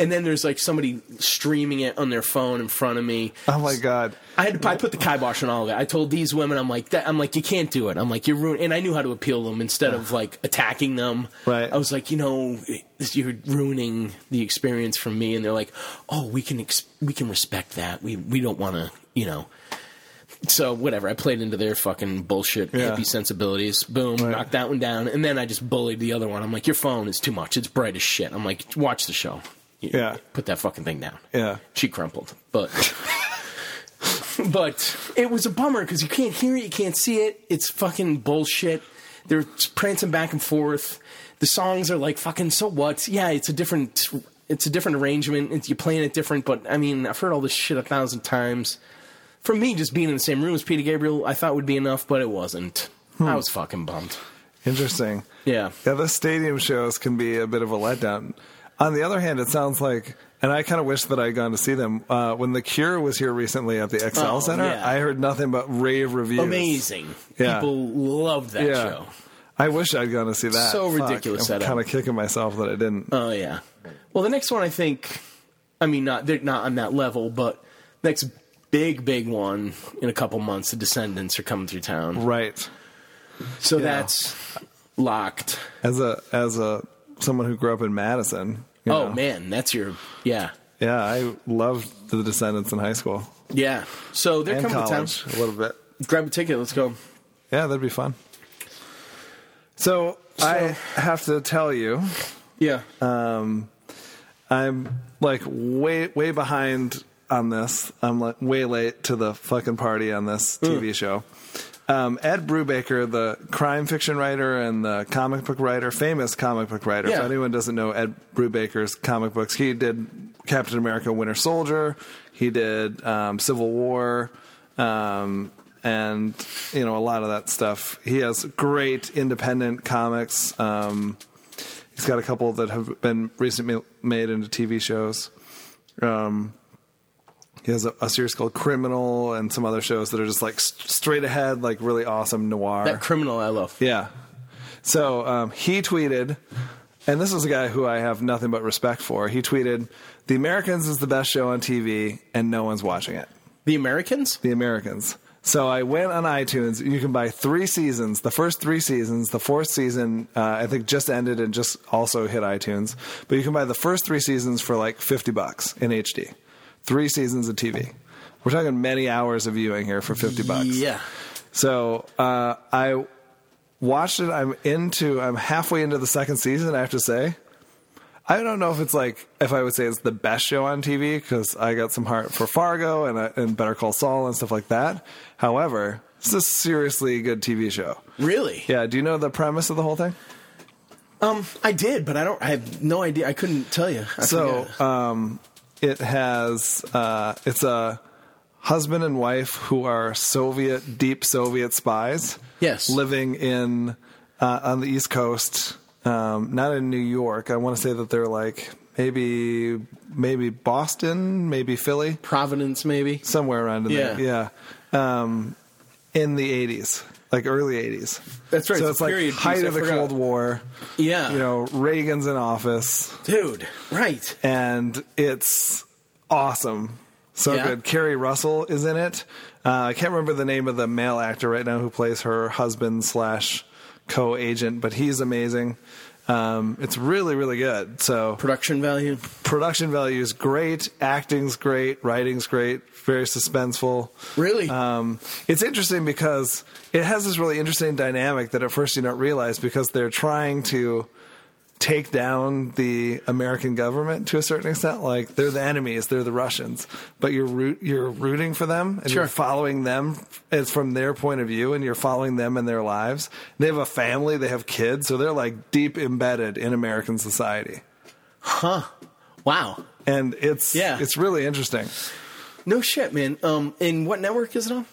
[SPEAKER 2] And then there's like somebody streaming it on their phone in front of me.
[SPEAKER 1] Oh my god.
[SPEAKER 2] I had to, I put the kibosh on all of it. I told these women, I'm like, that, I'm like, you can't do it. I'm like, you're ruining. And I knew how to appeal them instead of like attacking them.
[SPEAKER 1] Right.
[SPEAKER 2] I was like, you know, this- you're ruining the experience for me. And they're like, oh, we can ex- we can respect that. We we don't want to, you know. So whatever. I played into their fucking bullshit
[SPEAKER 1] Yeah.
[SPEAKER 2] hippie sensibilities. Boom,
[SPEAKER 1] Right.
[SPEAKER 2] knocked that one down, and then I just bullied the other one. I'm like, your phone is too much. It's bright as shit. I'm like, watch the show. You-
[SPEAKER 1] Yeah.
[SPEAKER 2] Put that fucking thing down
[SPEAKER 1] Yeah.
[SPEAKER 2] she crumpled, but *laughs* but it was a bummer because you can't hear it, you can't see it. It's fucking bullshit. They're prancing back and forth. The songs are like fucking so what? Yeah, it's a different it's a different arrangement. It's, you're playing it different, but I mean, I've heard all this shit a thousand times. For me, just being in the same room as Peter Gabriel, I thought would be enough, but it wasn't.
[SPEAKER 1] Hmm.
[SPEAKER 2] I was fucking bummed.
[SPEAKER 1] Interesting.
[SPEAKER 2] Yeah.
[SPEAKER 1] Yeah, the stadium shows can be a bit of a letdown. On the other hand, it sounds like, and I kind of wish that I had gone to see them uh, when The Cure was here recently at the XL
[SPEAKER 2] Oh,
[SPEAKER 1] Center.
[SPEAKER 2] yeah.
[SPEAKER 1] I heard nothing but rave reviews.
[SPEAKER 2] Amazing.
[SPEAKER 1] Yeah.
[SPEAKER 2] People loved that
[SPEAKER 1] Yeah.
[SPEAKER 2] show.
[SPEAKER 1] I wish I'd gone to see that.
[SPEAKER 2] So
[SPEAKER 1] Fuck,
[SPEAKER 2] ridiculous
[SPEAKER 1] I'm
[SPEAKER 2] setup.
[SPEAKER 1] kind of kicking myself that I didn't.
[SPEAKER 2] Oh yeah. Well, the next one I think, I mean, not they're not on that level, but next big big one in a couple months, the Descendants are coming through town,
[SPEAKER 1] right.
[SPEAKER 2] so that's locked.
[SPEAKER 1] As a as a someone who grew up in Madison. you
[SPEAKER 2] Oh
[SPEAKER 1] know.
[SPEAKER 2] man, that's your yeah
[SPEAKER 1] Yeah, I loved The Descendants in high school
[SPEAKER 2] yeah. So they're
[SPEAKER 1] and
[SPEAKER 2] coming
[SPEAKER 1] college
[SPEAKER 2] to
[SPEAKER 1] a little bit.
[SPEAKER 2] town. Grab a ticket. Let's go.
[SPEAKER 1] Yeah, that'd be fun. So, I have to tell you,
[SPEAKER 2] Yeah.
[SPEAKER 1] Uh, I'm like way way behind on this. I'm like way late to the fucking party on this TV show. Um, Ed Brubaker, the crime fiction writer and the comic book writer, famous comic book writer. If
[SPEAKER 2] Yeah.
[SPEAKER 1] anyone doesn't know Ed Brubaker's comic books, he did Captain America: Winter Soldier. He did um, Civil War. Um, and you know a lot of that stuff. He has great independent comics. Um, He's got a couple that have been recently made into TV shows. Um, he has a, a series called Criminal and some other shows that are just like s- straight ahead, like really awesome noir.
[SPEAKER 2] that criminal I love.
[SPEAKER 1] yeah. So um, he tweeted, and this is a guy who I have nothing but respect for. He tweeted, "The Americans is the best show on TV, and no one's watching it."
[SPEAKER 2] The Americans.
[SPEAKER 1] The Americans. So I went on iTunes. You can buy three seasons. The first three seasons. The fourth season, uh, I think, just ended and just also hit iTunes. But you can buy the first three seasons for like fifty bucks in HD. Three seasons of TV. We're talking many hours of viewing here for fifty bucks.
[SPEAKER 2] Yeah.
[SPEAKER 1] So uh, I watched it. I'm into. I'm halfway into the second season. I have to say, I don't know if it's like if I would say it's the best show on TV because I got some heart for Fargo and uh, and Better Call Saul and stuff like that. However, it's a seriously good TV show.
[SPEAKER 2] Really?
[SPEAKER 1] Yeah. Do you know the premise of the whole thing?
[SPEAKER 2] Um, I did, but I don't. I have no idea. I couldn't tell you. I
[SPEAKER 1] So
[SPEAKER 2] forget.
[SPEAKER 1] um, it has uh, it's a husband and wife who are Soviet deep Soviet spies.
[SPEAKER 2] Yes.
[SPEAKER 1] living in uh, on the East Coast, um, not in New York. I want to say that they're like maybe maybe Boston, maybe Philly,
[SPEAKER 2] Providence, maybe.
[SPEAKER 1] somewhere around in there. Yeah, um, in the eighties. Like early '80s.
[SPEAKER 2] That's right.
[SPEAKER 1] So
[SPEAKER 2] It's a
[SPEAKER 1] it's, like
[SPEAKER 2] period piece.
[SPEAKER 1] height
[SPEAKER 2] I
[SPEAKER 1] of the
[SPEAKER 2] forgot.
[SPEAKER 1] Cold War.
[SPEAKER 2] Yeah.
[SPEAKER 1] You know, Reagan's in office
[SPEAKER 2] dude. Right.
[SPEAKER 1] and it's awesome. So
[SPEAKER 2] Yeah.
[SPEAKER 1] good. Carrie Russell is in it. Uh, I can't remember the name of the male actor right now who plays her husband slash co agent, but he's amazing. Um, it's really, really good. So
[SPEAKER 2] Production value.
[SPEAKER 1] production value is great, acting's great, writing's great, very suspenseful.
[SPEAKER 2] Really?
[SPEAKER 1] Um, it's interesting because it has this really interesting dynamic that at first you don't realize because they're trying to take down the American government to a certain extent. Like they're the enemies, they're the Russians, but you're root, you're rooting for them and
[SPEAKER 2] Sure.
[SPEAKER 1] you're following them. It's from their point of view, and you're following them in their lives. They have a family, they have kids, so they're like deep embedded in American society,
[SPEAKER 2] Wow.
[SPEAKER 1] and it's
[SPEAKER 2] Yeah.
[SPEAKER 1] it's really interesting.
[SPEAKER 2] No shit, man. Um, and what network is it on?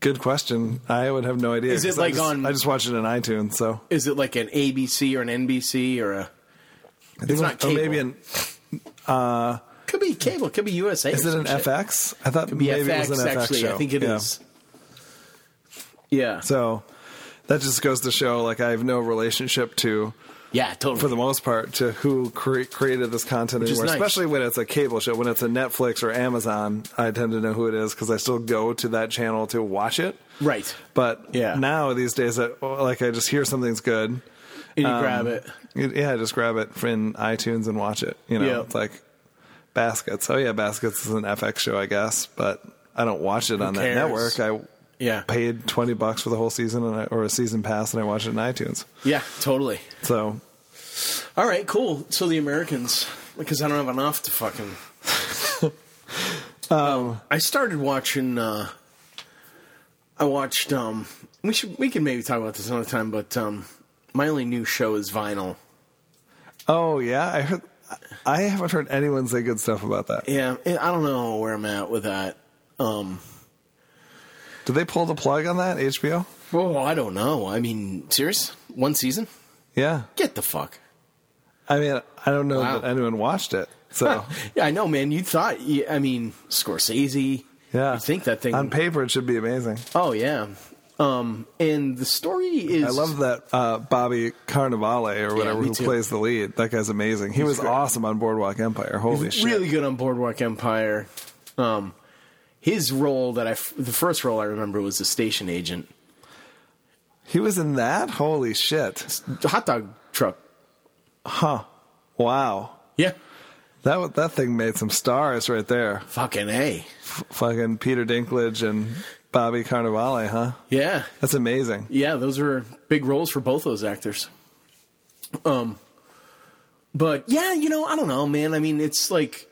[SPEAKER 1] Good question. I would have no idea.
[SPEAKER 2] Is it
[SPEAKER 1] 'cause I
[SPEAKER 2] like
[SPEAKER 1] just-
[SPEAKER 2] on-
[SPEAKER 1] I just watch it on iTunes, so.
[SPEAKER 2] Is it like an ABC or an NBC or a? It's not
[SPEAKER 1] Oh,
[SPEAKER 2] cable.
[SPEAKER 1] maybe an Uh,
[SPEAKER 2] Could be cable. Could be USA.
[SPEAKER 1] is
[SPEAKER 2] or
[SPEAKER 1] it
[SPEAKER 2] some
[SPEAKER 1] an
[SPEAKER 2] shit.
[SPEAKER 1] FX? I thought
[SPEAKER 2] Could be
[SPEAKER 1] maybe
[SPEAKER 2] FX.
[SPEAKER 1] it was an FX
[SPEAKER 2] actually,
[SPEAKER 1] show.
[SPEAKER 2] I think it is.
[SPEAKER 1] Yeah.
[SPEAKER 2] Yeah.
[SPEAKER 1] So that just goes to show, like, I have no relationship to,
[SPEAKER 2] yeah. Totally.
[SPEAKER 1] for the most part, to who cre- created this content
[SPEAKER 2] is
[SPEAKER 1] anymore.
[SPEAKER 2] nice.
[SPEAKER 1] Especially when it's a cable show, when it's a Netflix or Amazon, I tend to know who it is because I still go to that channel to watch it.
[SPEAKER 2] right.
[SPEAKER 1] But
[SPEAKER 2] Yeah.
[SPEAKER 1] now these days, I, like, I just hear something's good.
[SPEAKER 2] And you
[SPEAKER 1] Um,
[SPEAKER 2] grab it.
[SPEAKER 1] it- Yeah, just grab it in iTunes and watch it. You know,
[SPEAKER 2] Yeah.
[SPEAKER 1] it's like Baskets. Oh yeah, Baskets is an FX show, I guess, but I don't watch it on
[SPEAKER 2] cares?
[SPEAKER 1] that network. I
[SPEAKER 2] Yeah.
[SPEAKER 1] paid twenty bucks for the whole season and I, or a season pass, and I watch it in iTunes.
[SPEAKER 2] Yeah. Totally.
[SPEAKER 1] So
[SPEAKER 2] All right. Cool. So the Americans, because I don't have enough to fucking.
[SPEAKER 1] *laughs*
[SPEAKER 2] um, I started watching. uh I watched. um We should. We can maybe talk about this another time. But um my only new show is Vinyl.
[SPEAKER 1] oh yeah, I heard. I haven't heard anyone say good stuff about that.
[SPEAKER 2] Yeah. I I don't know where I'm at with that. Um
[SPEAKER 1] Did they pull the plug on that HBO?
[SPEAKER 2] Oh, I don't know. I mean, serious? One season?
[SPEAKER 1] Yeah,
[SPEAKER 2] Get the fuck.
[SPEAKER 1] I mean, I don't know
[SPEAKER 2] Wow.
[SPEAKER 1] that anyone watched it. So
[SPEAKER 2] *laughs* Yeah, I know, man. You thought, you- I mean, Scorsese.
[SPEAKER 1] yeah,
[SPEAKER 2] You think that thing.
[SPEAKER 1] on paper it should be amazing.
[SPEAKER 2] oh, yeah. Um, and the story is.
[SPEAKER 1] I love that uh, Bobby Carnivale or whatever
[SPEAKER 2] me
[SPEAKER 1] who
[SPEAKER 2] too.
[SPEAKER 1] plays the lead. That guy's amazing. He was
[SPEAKER 2] great.
[SPEAKER 1] awesome on Boardwalk Empire. Holy shit!
[SPEAKER 2] Really good on Boardwalk Empire. Um, his role that I. f- The first role I remember was the station agent.
[SPEAKER 1] He was in that. Holy shit!
[SPEAKER 2] Hot dog truck.
[SPEAKER 1] Wow,
[SPEAKER 2] Yeah.
[SPEAKER 1] that wa- that thing made some stars right there.
[SPEAKER 2] Fucking A.
[SPEAKER 1] F- fucking Peter Dinklage and Bobby Carnivale, huh?
[SPEAKER 2] Yeah.
[SPEAKER 1] That's amazing.
[SPEAKER 2] Yeah, those were big roles for both those actors. Um, but yeah, you know, I don't know, man. I mean, it's like,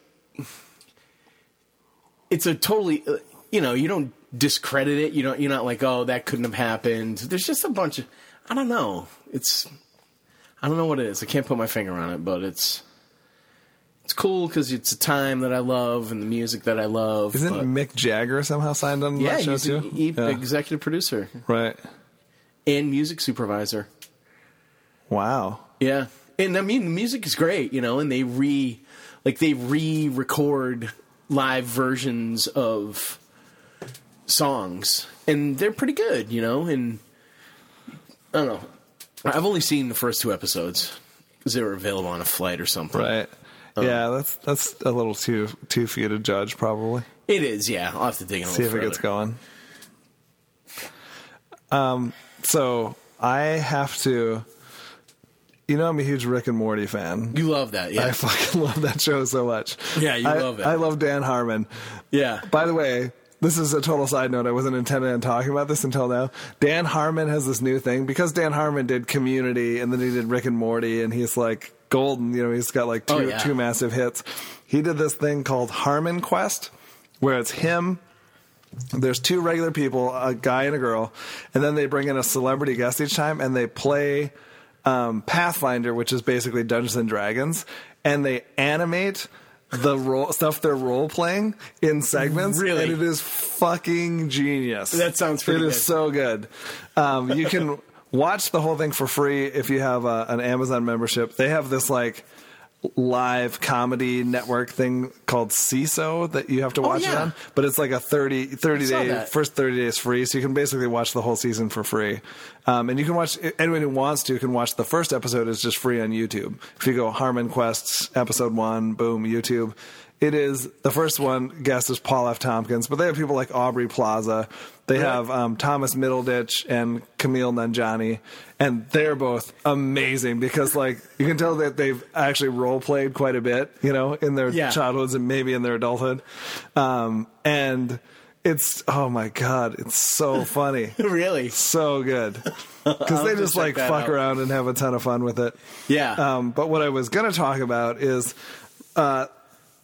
[SPEAKER 2] it's a totally, uh, you know, you don't discredit it. You don't. You're not like, oh, that couldn't have happened. There's just a bunch of, I don't know. It's, I don't know what it is. I can't put my finger on it, but it's, it's cool because it's a time that I love and the music that I love.
[SPEAKER 1] Isn't
[SPEAKER 2] but-
[SPEAKER 1] Mick Jagger somehow signed on to
[SPEAKER 2] yeah,
[SPEAKER 1] that show
[SPEAKER 2] he's
[SPEAKER 1] too?
[SPEAKER 2] an e-
[SPEAKER 1] Yeah.
[SPEAKER 2] executive producer
[SPEAKER 1] Right.
[SPEAKER 2] and music supervisor.
[SPEAKER 1] Wow.
[SPEAKER 2] Yeah. And I mean, the music is great, you know, and they re, like, they re record live versions of songs, and they're pretty good, you know, and I don't know. I've only seen the first two episodes because they were available on a flight or something.
[SPEAKER 1] Right.
[SPEAKER 2] Uh,
[SPEAKER 1] yeah, that's that's a little too too for you to judge probably.
[SPEAKER 2] It is, yeah. I'll have to dig in a
[SPEAKER 1] see
[SPEAKER 2] little
[SPEAKER 1] if it gets
[SPEAKER 2] further.
[SPEAKER 1] going. Um, so I have to. You know, I'm a huge Rick and Morty fan.
[SPEAKER 2] You love that, yeah.
[SPEAKER 1] I fucking *laughs* love that show so much.
[SPEAKER 2] Yeah, you
[SPEAKER 1] I,
[SPEAKER 2] love it.
[SPEAKER 1] I love Dan Harmon.
[SPEAKER 2] yeah.
[SPEAKER 1] *laughs* By the way, this is a total side note. I wasn't intended on talking about this until now. Dan Harmon has this new thing because Dan Harmon did Community and then he did Rick and Morty, and he's like golden. You know, he's got like two
[SPEAKER 2] Oh, yeah.
[SPEAKER 1] two massive hits. He did this thing called Harmon Quest, where it's him. There's two regular people, a guy and a girl, and then they bring in a celebrity guest each time, and they play um, Pathfinder, which is basically Dungeons and Dragons, and they animate the role stuff they're role playing in segments.
[SPEAKER 2] Really?
[SPEAKER 1] and it is fucking genius.
[SPEAKER 2] That sounds pretty
[SPEAKER 1] It is
[SPEAKER 2] good.
[SPEAKER 1] so good. Um, you can *laughs* watch the whole thing for free if you have uh an Amazon membership. They have this like live comedy network thing called CISO that you have to watch it
[SPEAKER 2] Oh, yeah.
[SPEAKER 1] on, but it's like a 30, 30
[SPEAKER 2] saw
[SPEAKER 1] day
[SPEAKER 2] that.
[SPEAKER 1] first 30 days free. So you can basically watch the whole season for free. Um, and you can watch anyone who wants to can watch the first episode is just free on YouTube. If you go Harmon Quests episode one, boom, YouTube. It is the first one guest is Paul F. Tompkins, but they have people like Aubrey Plaza. They have um, Thomas Middleditch and Camille Nanjani, and they're both amazing because like you can tell that they've actually role played quite a bit, you know, in their
[SPEAKER 2] Yeah.
[SPEAKER 1] childhoods and maybe in their adulthood. Um, and it's oh my god, it's
[SPEAKER 2] *laughs*
[SPEAKER 1] so funny,
[SPEAKER 2] *laughs* Really?
[SPEAKER 1] so
[SPEAKER 2] *laughs*
[SPEAKER 1] good because they
[SPEAKER 2] to
[SPEAKER 1] just
[SPEAKER 2] check
[SPEAKER 1] like
[SPEAKER 2] that
[SPEAKER 1] fuck
[SPEAKER 2] out.
[SPEAKER 1] around and have a ton of fun with it.
[SPEAKER 2] Yeah.
[SPEAKER 1] Um, but what I was going to talk about is uh,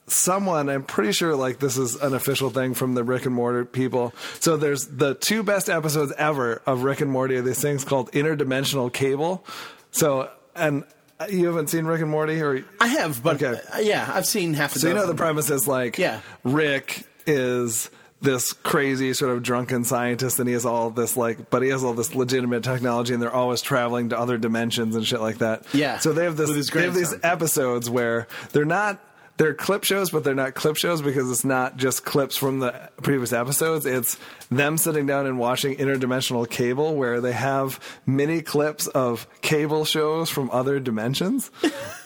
[SPEAKER 1] someone, I'm pretty sure like this is an official thing from the Rick and Morty people. So there's the two best episodes ever of Rick and Morty are these things called Interdimensional Cable. So, and uh, you haven't seen Rick and Morty or
[SPEAKER 2] I have, but
[SPEAKER 1] Okay.
[SPEAKER 2] uh, yeah, I've seen half a
[SPEAKER 1] so you know
[SPEAKER 2] dozen.
[SPEAKER 1] the premise is like
[SPEAKER 2] Yeah.
[SPEAKER 1] Rick is this crazy sort of drunken scientist and he has all this like but he has all this legitimate technology and they're always traveling to other dimensions and shit like that.
[SPEAKER 2] Yeah.
[SPEAKER 1] So they have this
[SPEAKER 2] With his
[SPEAKER 1] *laughs* they have these
[SPEAKER 2] grandson.
[SPEAKER 1] episodes where they're not they're clip shows, but they're not clip shows because it's not just clips from the previous episodes. It's them sitting down and watching interdimensional cable, where they have mini clips of cable shows from other
[SPEAKER 2] *laughs*
[SPEAKER 1] dimensions,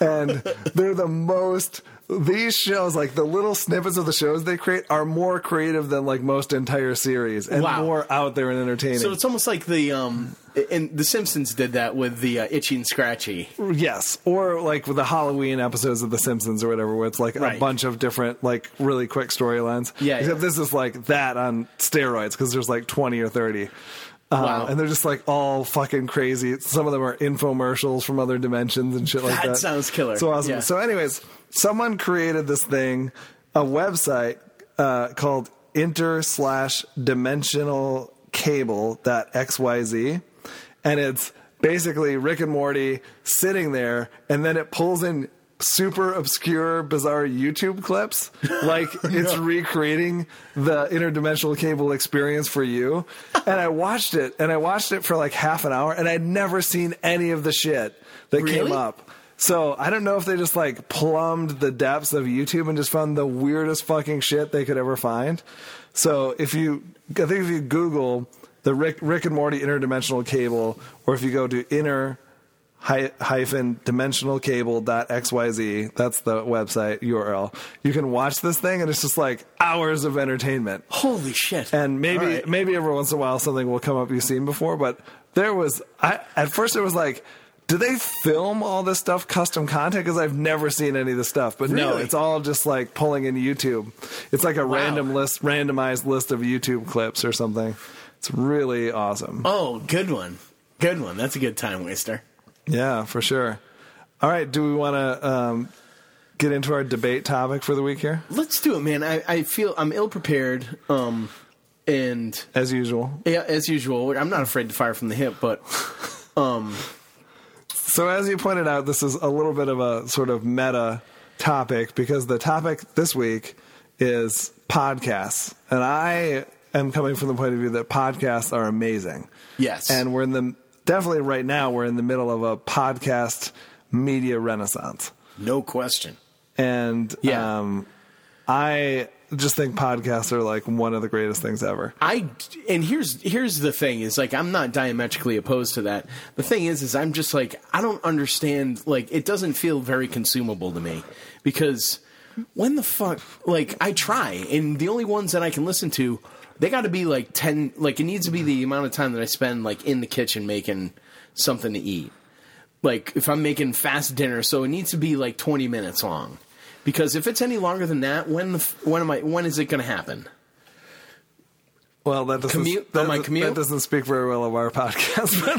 [SPEAKER 1] and they're the most. These shows, like the little snippets of the shows they create, are more creative than like most entire series and
[SPEAKER 2] Wow.
[SPEAKER 1] more out there and entertaining.
[SPEAKER 2] So it's almost like the um, and The Simpsons did that with the uh, Itchy and Scratchy.
[SPEAKER 1] Yes, or like with the Halloween episodes of The Simpsons or whatever, where it's like
[SPEAKER 2] Right.
[SPEAKER 1] a bunch of different, like really quick storylines.
[SPEAKER 2] Yeah,
[SPEAKER 1] Except
[SPEAKER 2] yeah.
[SPEAKER 1] this is like that on steroids because there's like twenty or thirty. Uh,
[SPEAKER 2] Wow.
[SPEAKER 1] And they're just like all fucking crazy. Some of them are infomercials from other dimensions and shit like
[SPEAKER 2] That
[SPEAKER 1] that.
[SPEAKER 2] sounds killer.
[SPEAKER 1] So awesome.
[SPEAKER 2] Yeah.
[SPEAKER 1] So, anyways, someone created this thing, a website uh, called inter slash dimensional cable dot xyz, and it's basically Rick and Morty sitting there, and then it pulls in super obscure, bizarre YouTube clips, like it's recreating the interdimensional cable experience for you. And I watched it, and I watched it for like half an hour, and I'd never seen any of the shit that
[SPEAKER 2] Really?
[SPEAKER 1] came up up. So I don't know if they just like plumbed the depths of YouTube and just found the weirdest fucking shit they could ever find. So if you, I think if you Google the Rick, Rick and Morty interdimensional cable, or if you go to inner hy- hyphen dimensional cable.xyz, that's the website URL, you can watch this thing and it's just like hours of entertainment.
[SPEAKER 2] Holy shit!
[SPEAKER 1] And maybe
[SPEAKER 2] All right.
[SPEAKER 1] maybe every once in a while something will come up you've seen before, but there was I at first it was like, do they film all this stuff custom content? Because I've never seen any of this stuff. But no,
[SPEAKER 2] Really?
[SPEAKER 1] it's all just like pulling in YouTube. It's like a random list randomized list of YouTube clips or something. It's really awesome.
[SPEAKER 2] oh, good one, good one. That's a good time waster.
[SPEAKER 1] Yeah, for sure. All right, do we wanna um, get into our debate topic for the week here?
[SPEAKER 2] Let's do it, man. I, I feel I'm ill prepared. Um, and
[SPEAKER 1] As usual.
[SPEAKER 2] yeah, as usual, I'm not afraid to fire from the hip, but *laughs* um,
[SPEAKER 1] So, as you pointed out, this is a little bit of a sort of meta topic because the topic this week is podcasts. And I am coming from the point of view that podcasts are amazing.
[SPEAKER 2] yes,
[SPEAKER 1] And we're in the definitely right now, we're in the middle of a podcast media renaissance.
[SPEAKER 2] no question.
[SPEAKER 1] And
[SPEAKER 2] Yeah.
[SPEAKER 1] um, I just think podcasts are like one of the greatest things ever.
[SPEAKER 2] I and here's here's the thing is like I'm not diametrically opposed to that. The thing is is I'm just like I don't understand like it doesn't feel very consumable to me because when the fuck like I try and the only ones that I can listen to they got to be like 10 like it needs to be the amount of time that I spend like in the kitchen making something to eat like if I'm making fast dinner, so it needs to be like 20 minutes long. Because if it's any longer than that, when the f- when am I when is it going to happen?
[SPEAKER 1] Well, that doesn't,
[SPEAKER 2] Commute?
[SPEAKER 1] that,
[SPEAKER 2] On oh, my
[SPEAKER 1] does-
[SPEAKER 2] commute?
[SPEAKER 1] that doesn't speak very well of our *laughs* podcast. but-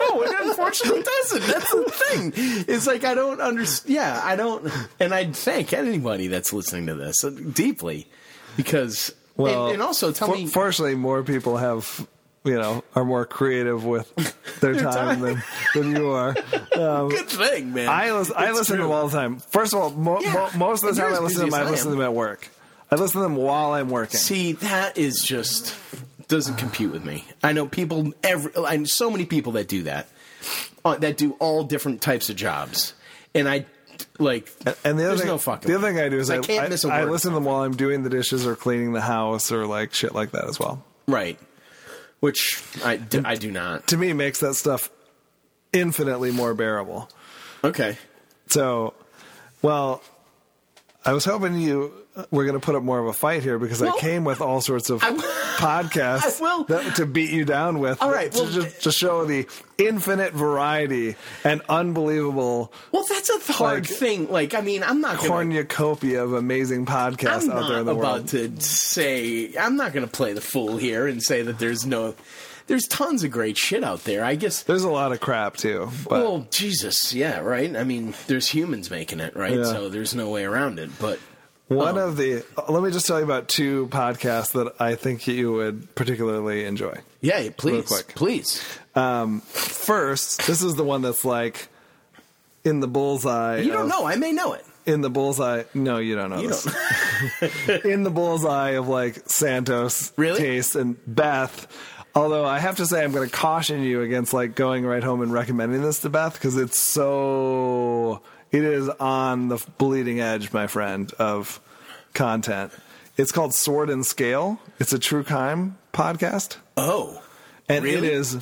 [SPEAKER 2] No, *laughs* it unfortunately doesn't. That's the thing. It's like I don't understand. Yeah, I don't. And I thank anybody that's listening to this deeply because. Well, and, and also tell
[SPEAKER 1] for-
[SPEAKER 2] me.
[SPEAKER 1] Fortunately, more people have, you know, are more creative
[SPEAKER 2] *laughs*
[SPEAKER 1] with their, time,
[SPEAKER 2] time.
[SPEAKER 1] Than, than you
[SPEAKER 2] *laughs*
[SPEAKER 1] are. Um,
[SPEAKER 2] good thing, man.
[SPEAKER 1] I, lis- I
[SPEAKER 2] It's
[SPEAKER 1] listen to
[SPEAKER 2] true.
[SPEAKER 1] them all the time. First of all, mo-
[SPEAKER 2] Yeah.
[SPEAKER 1] mo- most of
[SPEAKER 2] And
[SPEAKER 1] the time
[SPEAKER 2] you're
[SPEAKER 1] I
[SPEAKER 2] as
[SPEAKER 1] listen to
[SPEAKER 2] busy
[SPEAKER 1] them,
[SPEAKER 2] as
[SPEAKER 1] I
[SPEAKER 2] I
[SPEAKER 1] listen to
[SPEAKER 2] am.
[SPEAKER 1] them at work. I listen to them while I'm working.
[SPEAKER 2] See, that is just doesn't compute with me. I know people every I know so many people that do that. Uh, that do all different types of jobs. And I like
[SPEAKER 1] and the other
[SPEAKER 2] there's
[SPEAKER 1] thing,
[SPEAKER 2] no fucking
[SPEAKER 1] the
[SPEAKER 2] way.
[SPEAKER 1] other thing I do is
[SPEAKER 2] I
[SPEAKER 1] I,
[SPEAKER 2] can't miss a
[SPEAKER 1] I
[SPEAKER 2] word.
[SPEAKER 1] listen to them while I'm doing the dishes or cleaning the house or like shit like that as well.
[SPEAKER 2] right. Which I do, I do not.
[SPEAKER 1] To me, makes that stuff infinitely more bearable.
[SPEAKER 2] Okay.
[SPEAKER 1] So, well, I was hoping you were going to put up more of a fight here because
[SPEAKER 2] Well,
[SPEAKER 1] I came with all sorts of
[SPEAKER 2] I *laughs* w-
[SPEAKER 1] podcasts
[SPEAKER 2] I will-
[SPEAKER 1] that, to beat you down with.
[SPEAKER 2] All right,
[SPEAKER 1] to,
[SPEAKER 2] well-
[SPEAKER 1] just, to show the infinite variety and unbelievable
[SPEAKER 2] Well, that's a hard
[SPEAKER 1] Like-
[SPEAKER 2] thing. Like, I mean, I'm not going.
[SPEAKER 1] cornucopia of amazing podcasts
[SPEAKER 2] I'm
[SPEAKER 1] out
[SPEAKER 2] not
[SPEAKER 1] there in the
[SPEAKER 2] about
[SPEAKER 1] world.
[SPEAKER 2] to say. I'm not going to play the fool here and say that there's no. There's tons of great shit out there. I guess.
[SPEAKER 1] There's a lot of crap too, but
[SPEAKER 2] Well, Jesus, yeah, right. I mean, there's humans making it, right?
[SPEAKER 1] Yeah.
[SPEAKER 2] So there's no way around it. But
[SPEAKER 1] one of the. Let me just tell you about two podcasts that I think you would particularly enjoy.
[SPEAKER 2] yeah, please,
[SPEAKER 1] quick.
[SPEAKER 2] please.
[SPEAKER 1] First, this is the one that's like in the bullseye.
[SPEAKER 2] You don't
[SPEAKER 1] of-
[SPEAKER 2] know. I may know it.
[SPEAKER 1] in the bullseye. No, you don't know
[SPEAKER 2] You
[SPEAKER 1] this. *laughs*
[SPEAKER 2] don't. *laughs*
[SPEAKER 1] in the bullseye of like Santos,
[SPEAKER 2] Really?
[SPEAKER 1] Case, and Beth. Although I have to say, I'm going to caution you against like going right home and recommending this to Beth because it's so It is on the bleeding edge, my friend, of content. It's called Sword and Scale. It's a true crime podcast,
[SPEAKER 2] Oh,
[SPEAKER 1] and
[SPEAKER 2] Really?
[SPEAKER 1] it is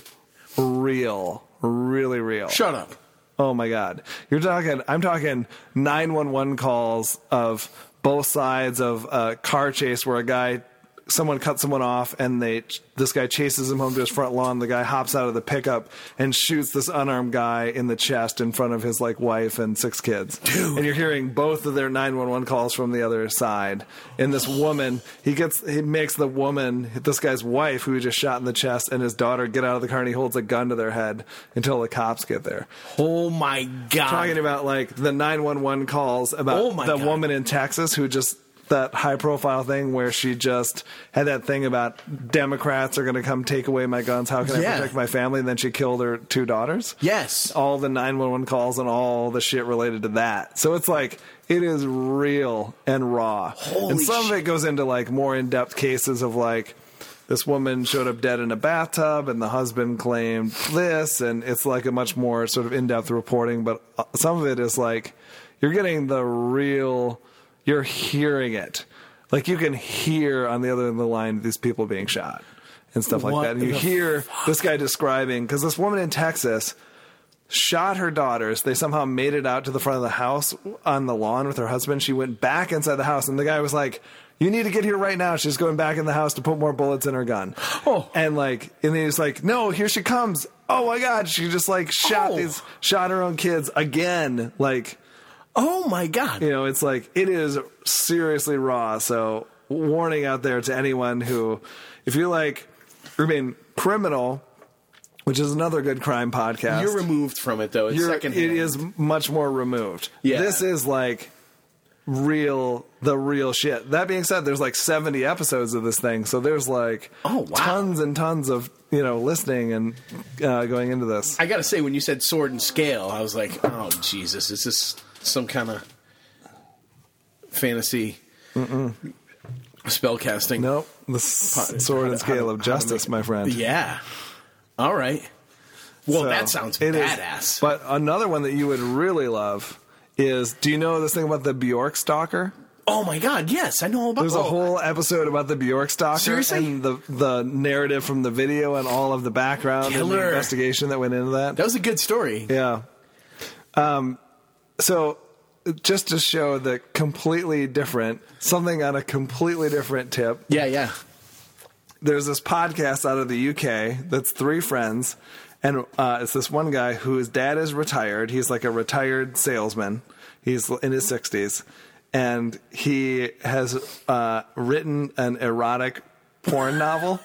[SPEAKER 1] real, really real.
[SPEAKER 2] shut up.
[SPEAKER 1] Oh my god. You're talking I'm talking 911 calls of both sides of a car chase where a guy someone cut someone off and they this guy chases him home to his front lawn the guy hops out of the pickup and shoots this unarmed guy in the chest in front of his like wife and six kids and you're hearing both of their 911 calls from the other side and this woman he gets he makes the woman this guy's wife who he just shot in the chest and his daughter get out of the car and he holds a gun to their head until the cops get there
[SPEAKER 2] Oh my god.
[SPEAKER 1] talking about like the 911 calls about
[SPEAKER 2] Oh, my
[SPEAKER 1] the
[SPEAKER 2] God.
[SPEAKER 1] woman in Texas who just that high profile thing where she just had that thing about Democrats are going to come take away my guns. How can
[SPEAKER 2] Yeah.
[SPEAKER 1] I protect my family? And then she killed her two daughters.
[SPEAKER 2] yes.
[SPEAKER 1] All the 911 calls and all the shit related to that. So it's like, it is real and raw.
[SPEAKER 2] Holy
[SPEAKER 1] and some of it goes into like more in depth cases of like, this woman showed up dead in a bathtub and the husband claimed this. And it's like a much more sort of in depth reporting. But uh, some of it is like, you're getting the real, you're hearing it. Like you can hear on the other end of the line these people being shot and stuff like
[SPEAKER 2] What
[SPEAKER 1] that. And you
[SPEAKER 2] the
[SPEAKER 1] hear this guy describing, because this woman in Texas, shot her daughters. They somehow made it out to the front of the house on the lawn with her husband. She went back inside the house, and the guy was like, "You need to get here right now." She's going back in the house to put more bullets in her gun.
[SPEAKER 2] Oh.
[SPEAKER 1] and like, and he was like, "No, here she comes." Oh my god, she just like shot
[SPEAKER 2] Oh.
[SPEAKER 1] these, shot her own kids again. Like,
[SPEAKER 2] Oh my god.
[SPEAKER 1] you know, it's like it is seriously raw. So, warning out there to anyone who, if you like, I mean, criminal. Which is another good crime podcast
[SPEAKER 2] You're removed from it though. It's
[SPEAKER 1] you're,
[SPEAKER 2] secondhand.
[SPEAKER 1] it is much more removed.
[SPEAKER 2] Yeah.
[SPEAKER 1] This is like real the real shit. That being said, there's like 70 episodes of this thing, so there's like
[SPEAKER 2] Oh, wow.
[SPEAKER 1] tons and tons of, you know, listening and uh, going into this.
[SPEAKER 2] I gotta say, when you said sword and scale, I was like, oh Jesus, is this some kind of fantasy spell casting?
[SPEAKER 1] Nope. The s- sword and
[SPEAKER 2] how to-
[SPEAKER 1] scale
[SPEAKER 2] how
[SPEAKER 1] of
[SPEAKER 2] to make
[SPEAKER 1] justice,
[SPEAKER 2] it-
[SPEAKER 1] my friend.
[SPEAKER 2] Yeah. All right. Well,
[SPEAKER 1] So,
[SPEAKER 2] that sounds
[SPEAKER 1] it is.
[SPEAKER 2] badass.
[SPEAKER 1] But another one that you would really love is do you know this thing about the Bjork stalker?
[SPEAKER 2] oh my God, yes, I know all about.
[SPEAKER 1] There's a
[SPEAKER 2] oh,
[SPEAKER 1] whole episode about the Bjork stalker
[SPEAKER 2] Seriously?
[SPEAKER 1] and the the narrative from the video and all of the background and
[SPEAKER 2] Killer.
[SPEAKER 1] the investigation that went into that.
[SPEAKER 2] That was a good story.
[SPEAKER 1] yeah. Um, so just to show the completely different something on a completely different tip,
[SPEAKER 2] Yeah, yeah.
[SPEAKER 1] there's this podcast out of the UK that's three friends, and uh, it's this one guy whose dad is retired. He's like a retired salesman. He's in his sixties, and he has uh, written an erotic porn
[SPEAKER 2] *laughs*
[SPEAKER 1] novel.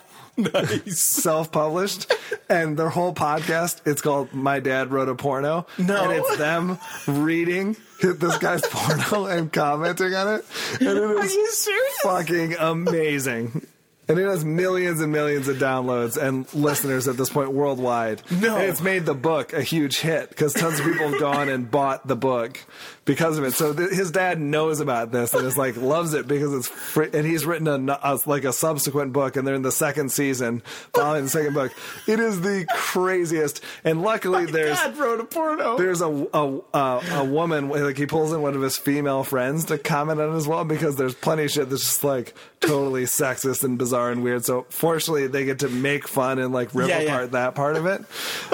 [SPEAKER 1] Self-published, and their whole podcast. It's called "My Dad Wrote a Porno,"
[SPEAKER 2] No.
[SPEAKER 1] and it's them reading this guy's *laughs* porno and commenting on it. And it
[SPEAKER 2] Are
[SPEAKER 1] is
[SPEAKER 2] you serious?
[SPEAKER 1] fucking amazing. And it has millions and millions of downloads and listeners at this point worldwide.
[SPEAKER 2] No.
[SPEAKER 1] And it's made the book a huge hit because tons of people have gone and bought the book because of it. So th- his dad knows about this and is like loves it because it's fr- and he's written a, no- a- like a subsequent book and they're in the second season following the second book. It is the craziest. And luckily there's
[SPEAKER 2] God wrote a porno.
[SPEAKER 1] there's a a, a a woman like he pulls in one of his female friends to comment on it as well because there's plenty of shit that's just like totally sexist and bizarre and weird. So fortunately, they get to make fun and like rip
[SPEAKER 2] Yeah, yeah.
[SPEAKER 1] apart that part of it.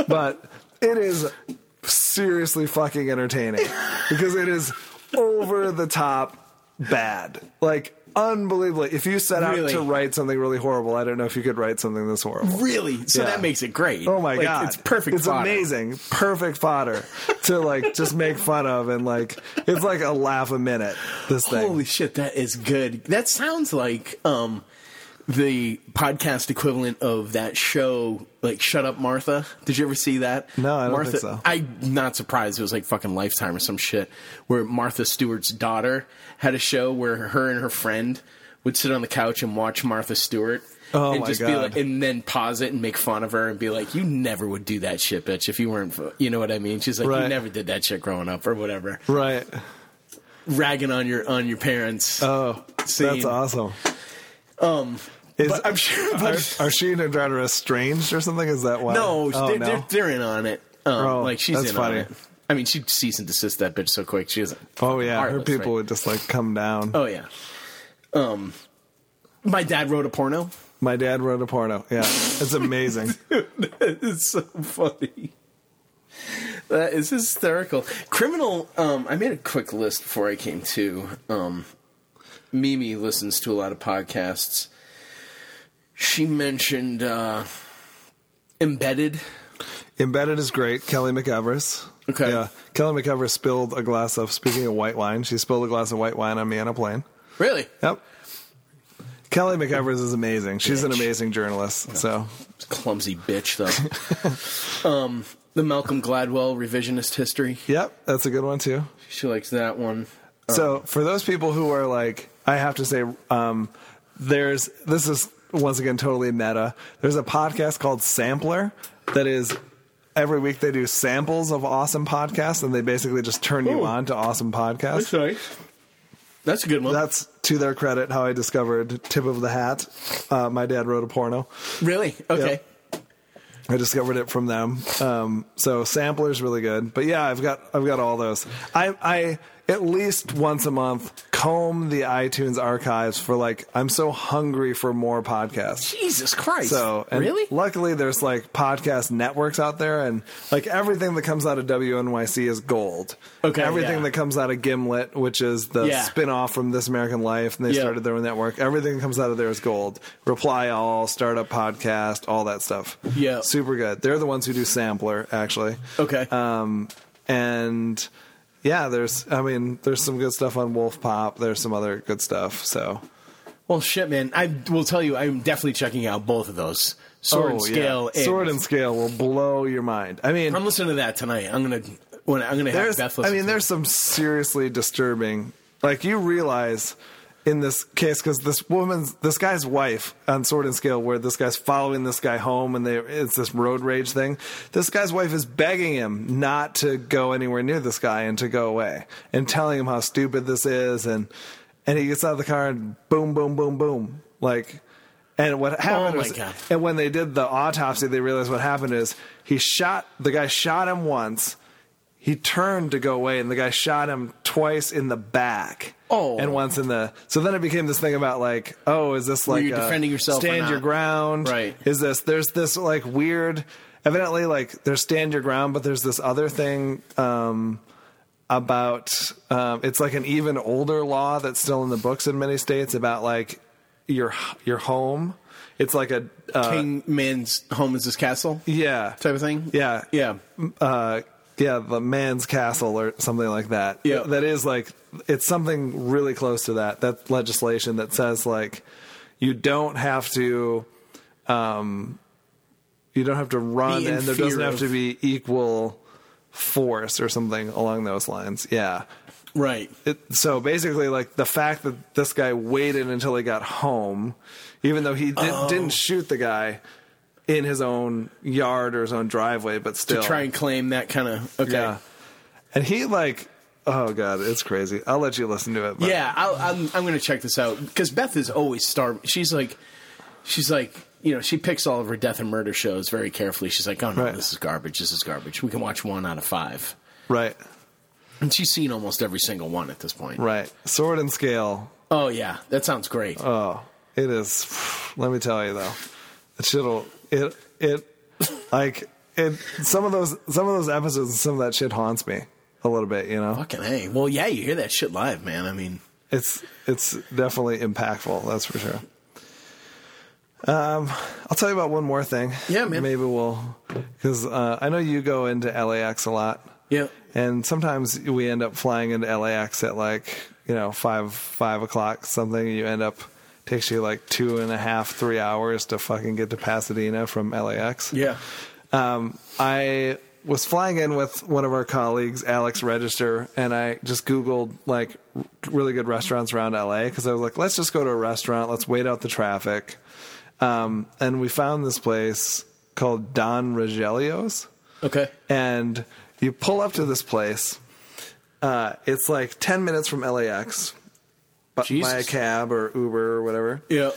[SPEAKER 1] But it is seriously fucking entertaining because it is over the top bad, like unbelievably. If you set out
[SPEAKER 2] Really?
[SPEAKER 1] to write something really horrible, I don't know if you could write something this horrible.
[SPEAKER 2] really, so
[SPEAKER 1] Yeah.
[SPEAKER 2] that makes it great.
[SPEAKER 1] Oh my
[SPEAKER 2] Like,
[SPEAKER 1] god,
[SPEAKER 2] it's perfect.
[SPEAKER 1] It's
[SPEAKER 2] fodder.
[SPEAKER 1] amazing, perfect fodder to like just make fun of and like it's like a laugh a minute. This thing,
[SPEAKER 2] Holy shit, that is good. That sounds like um the podcast equivalent of that show, like Shut Up Martha. Did you ever see that?
[SPEAKER 1] No, I don't
[SPEAKER 2] Martha,
[SPEAKER 1] think so.
[SPEAKER 2] I'm not surprised. It was like fucking Lifetime or some shit, where Martha Stewart's daughter had a show where her and her friend would sit on the couch and watch Martha Stewart.
[SPEAKER 1] Oh
[SPEAKER 2] and
[SPEAKER 1] my
[SPEAKER 2] just be
[SPEAKER 1] God.
[SPEAKER 2] like, and then pause it and make fun of her and be like, "You never would do that shit, bitch. If you weren't, fu-" you know what I mean." She's like, "You
[SPEAKER 1] Right.
[SPEAKER 2] never did that shit growing up, or whatever."
[SPEAKER 1] right?
[SPEAKER 2] Ragging on your on your parents.
[SPEAKER 1] Oh,
[SPEAKER 2] Scene. Um,
[SPEAKER 1] that's awesome. Um, is
[SPEAKER 2] but I'm sure-
[SPEAKER 1] are-
[SPEAKER 2] but-
[SPEAKER 1] are, she and her daughter estranged or something? Is that why?
[SPEAKER 2] No,
[SPEAKER 1] Oh,
[SPEAKER 2] they're, They're, they're in on it. Um,
[SPEAKER 1] Oh,
[SPEAKER 2] like she's
[SPEAKER 1] that's
[SPEAKER 2] in on
[SPEAKER 1] funny.
[SPEAKER 2] it. I mean, she'd cease and desist that bitch so quick. She isn't.
[SPEAKER 1] Oh yeah, her
[SPEAKER 2] Heartless,
[SPEAKER 1] people
[SPEAKER 2] right?
[SPEAKER 1] would just like come down.
[SPEAKER 2] Oh yeah. Um, my dad wrote a porno. *laughs*
[SPEAKER 1] My dad wrote a porno. Yeah, it's amazing.
[SPEAKER 2] it's so funny. That is hysterical. Criminal. Um, I made a quick list before I came to. Um, Mimi listens to a lot of podcasts. She mentioned uh, embedded.
[SPEAKER 1] Embedded is great. Kelly McEvers.
[SPEAKER 2] Okay.
[SPEAKER 1] Yeah, Kelly McEvers spilled a glass of. Speaking of white wine, she spilled a glass of white wine on me on a plane.
[SPEAKER 2] Really?
[SPEAKER 1] Yep. Kelly McEvers is amazing. She's an
[SPEAKER 2] Bitch.
[SPEAKER 1] amazing journalist. So
[SPEAKER 2] Clumsy bitch,
[SPEAKER 1] *laughs*
[SPEAKER 2] though. um, the Malcolm Gladwell revisionist history.
[SPEAKER 1] yep, that's a good one too.
[SPEAKER 2] She likes that one.
[SPEAKER 1] So for those people who are like, I have to say, um, there's this is once again totally meta. There's a podcast called Sampler that is every week they do samples of awesome podcasts and they basically just turn you
[SPEAKER 2] Ooh.
[SPEAKER 1] on to awesome podcasts.
[SPEAKER 2] right. That's a good one.
[SPEAKER 1] That's to their credit how I discovered Tip of the Hat. Uh, my dad wrote a porno.
[SPEAKER 2] really okay.
[SPEAKER 1] Yep. I discovered it from them. Um, so sampler's really good, but yeah, I've got I've got all those. I I at least once a month comb the iTunes archives for like I'm so hungry for more podcasts.
[SPEAKER 2] Jesus Christ!
[SPEAKER 1] So and
[SPEAKER 2] really?
[SPEAKER 1] luckily there's like podcast networks out there, and like everything that comes out of WNYC is gold.
[SPEAKER 2] Okay,
[SPEAKER 1] everything
[SPEAKER 2] yeah.
[SPEAKER 1] that comes out of Gimlet, which is the
[SPEAKER 2] Yeah.
[SPEAKER 1] spin-off from This American Life, and they
[SPEAKER 2] Yeah.
[SPEAKER 1] started their own network. Everything that comes out of there is gold. Reply All, Startup Podcast, all that stuff.
[SPEAKER 2] Yeah.
[SPEAKER 1] super good. They're the ones who do Sampler actually.
[SPEAKER 2] Okay.
[SPEAKER 1] Um, and yeah, there's I mean there's some good stuff on Wolf Pop. There's some other good stuff. So
[SPEAKER 2] Well, shit, man. I will tell you, I'm definitely checking out both of those. Sword and
[SPEAKER 1] Oh, yeah.
[SPEAKER 2] Scale. And
[SPEAKER 1] Sword and Scale will blow your mind. I mean,
[SPEAKER 2] I'm listening to that tonight. I'm gonna. When I'm gonna have
[SPEAKER 1] there's,
[SPEAKER 2] Beth
[SPEAKER 1] I
[SPEAKER 2] listen.
[SPEAKER 1] mean,
[SPEAKER 2] to it.
[SPEAKER 1] there's some seriously disturbing. Like you realize in this case because this woman's, this guy's wife on Sword and Scale, where this guy's following this guy home, and they it's this road rage thing. This guy's wife is begging him not to go anywhere near this guy and to go away, and telling him how stupid this is, and and he gets out of the car and boom, boom, boom, boom, like. And what happened
[SPEAKER 2] Oh my
[SPEAKER 1] was,
[SPEAKER 2] God.
[SPEAKER 1] and when they did the autopsy, they realized what happened is he shot the guy shot him once, he turned to go away and the guy shot him twice in the back.
[SPEAKER 2] Oh.
[SPEAKER 1] And once in the so then it became this thing about like, oh, is this like
[SPEAKER 2] you
[SPEAKER 1] a
[SPEAKER 2] defending yourself or
[SPEAKER 1] Stand
[SPEAKER 2] not?
[SPEAKER 1] your ground.
[SPEAKER 2] Right.
[SPEAKER 1] Is this there's this like weird evidently like there's stand your ground, but there's this other thing um about um, it's like an even older law that's still in the books in many states about like your your home. It's like a uh,
[SPEAKER 2] King Man's Home is His Castle
[SPEAKER 1] yeah
[SPEAKER 2] type of thing.
[SPEAKER 1] yeah
[SPEAKER 2] Yeah.
[SPEAKER 1] uh yeah the man's castle or something like that
[SPEAKER 2] Yeah.
[SPEAKER 1] that is like it's something really close to that that legislation that says like you don't have to um you don't have to run
[SPEAKER 2] Be in
[SPEAKER 1] and there doesn't
[SPEAKER 2] fear
[SPEAKER 1] have
[SPEAKER 2] of-
[SPEAKER 1] to be equal force or something along those lines yeah
[SPEAKER 2] Right.
[SPEAKER 1] it, so basically, like the fact that this guy waited until he got home, even though he did,
[SPEAKER 2] Oh.
[SPEAKER 1] didn't shoot the guy in his own yard or his own driveway, but still
[SPEAKER 2] To try and claim that kind of okay.
[SPEAKER 1] yeah.
[SPEAKER 2] Yeah.
[SPEAKER 1] And he like, oh god, it's crazy. I'll let you listen to it. but-
[SPEAKER 2] I'll, I'm I'm gonna check this out because Beth is always starving. She's like, she's like. You know, she picks all of her death and murder shows very carefully. She's like, "Oh no,
[SPEAKER 1] Right.
[SPEAKER 2] this is garbage. This is garbage. We can watch one out of five.
[SPEAKER 1] right,
[SPEAKER 2] And she's seen almost every single one at this point.
[SPEAKER 1] right. Sword and scale.
[SPEAKER 2] Oh yeah, that sounds great.
[SPEAKER 1] Oh, it is. Let me tell you though, it shit'll it it like it. Some of those some of those episodes, and some of that shit haunts me a little bit. You know,
[SPEAKER 2] Fucking hey. Well, yeah, you hear that shit live, man. I mean,
[SPEAKER 1] it's it's definitely impactful. That's for sure. Um, I'll tell you about one more thing.
[SPEAKER 2] Yeah, man.
[SPEAKER 1] Maybe we'll because uh, I know you go into LAX a lot.
[SPEAKER 2] yeah.
[SPEAKER 1] and sometimes we end up flying into LAX at like you know five five o'clock something. And you end up takes you like two and a half three hours to fucking get to Pasadena from LAX.
[SPEAKER 2] Yeah.
[SPEAKER 1] Um, I was flying in with one of our colleagues, Alex Register, and I just Googled like r- really good restaurants around LA because I was like, let's just go to a restaurant, let's wait out the traffic. Um, and we found this place called Don Rogelio's
[SPEAKER 2] Okay.
[SPEAKER 1] and you pull up to this place. Uh, it's like 10 minutes from LAX but
[SPEAKER 2] Jesus.
[SPEAKER 1] by a cab or Uber or whatever.
[SPEAKER 2] Yeah.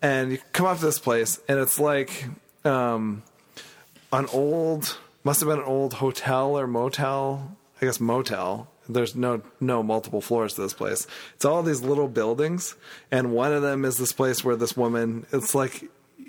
[SPEAKER 1] And you come up to this place, and it's like um, an old, must have been an old hotel or motel I guess motel. There's no no multiple floors to this place. It's all these little buildings, and one of them is this place where this woman. It's like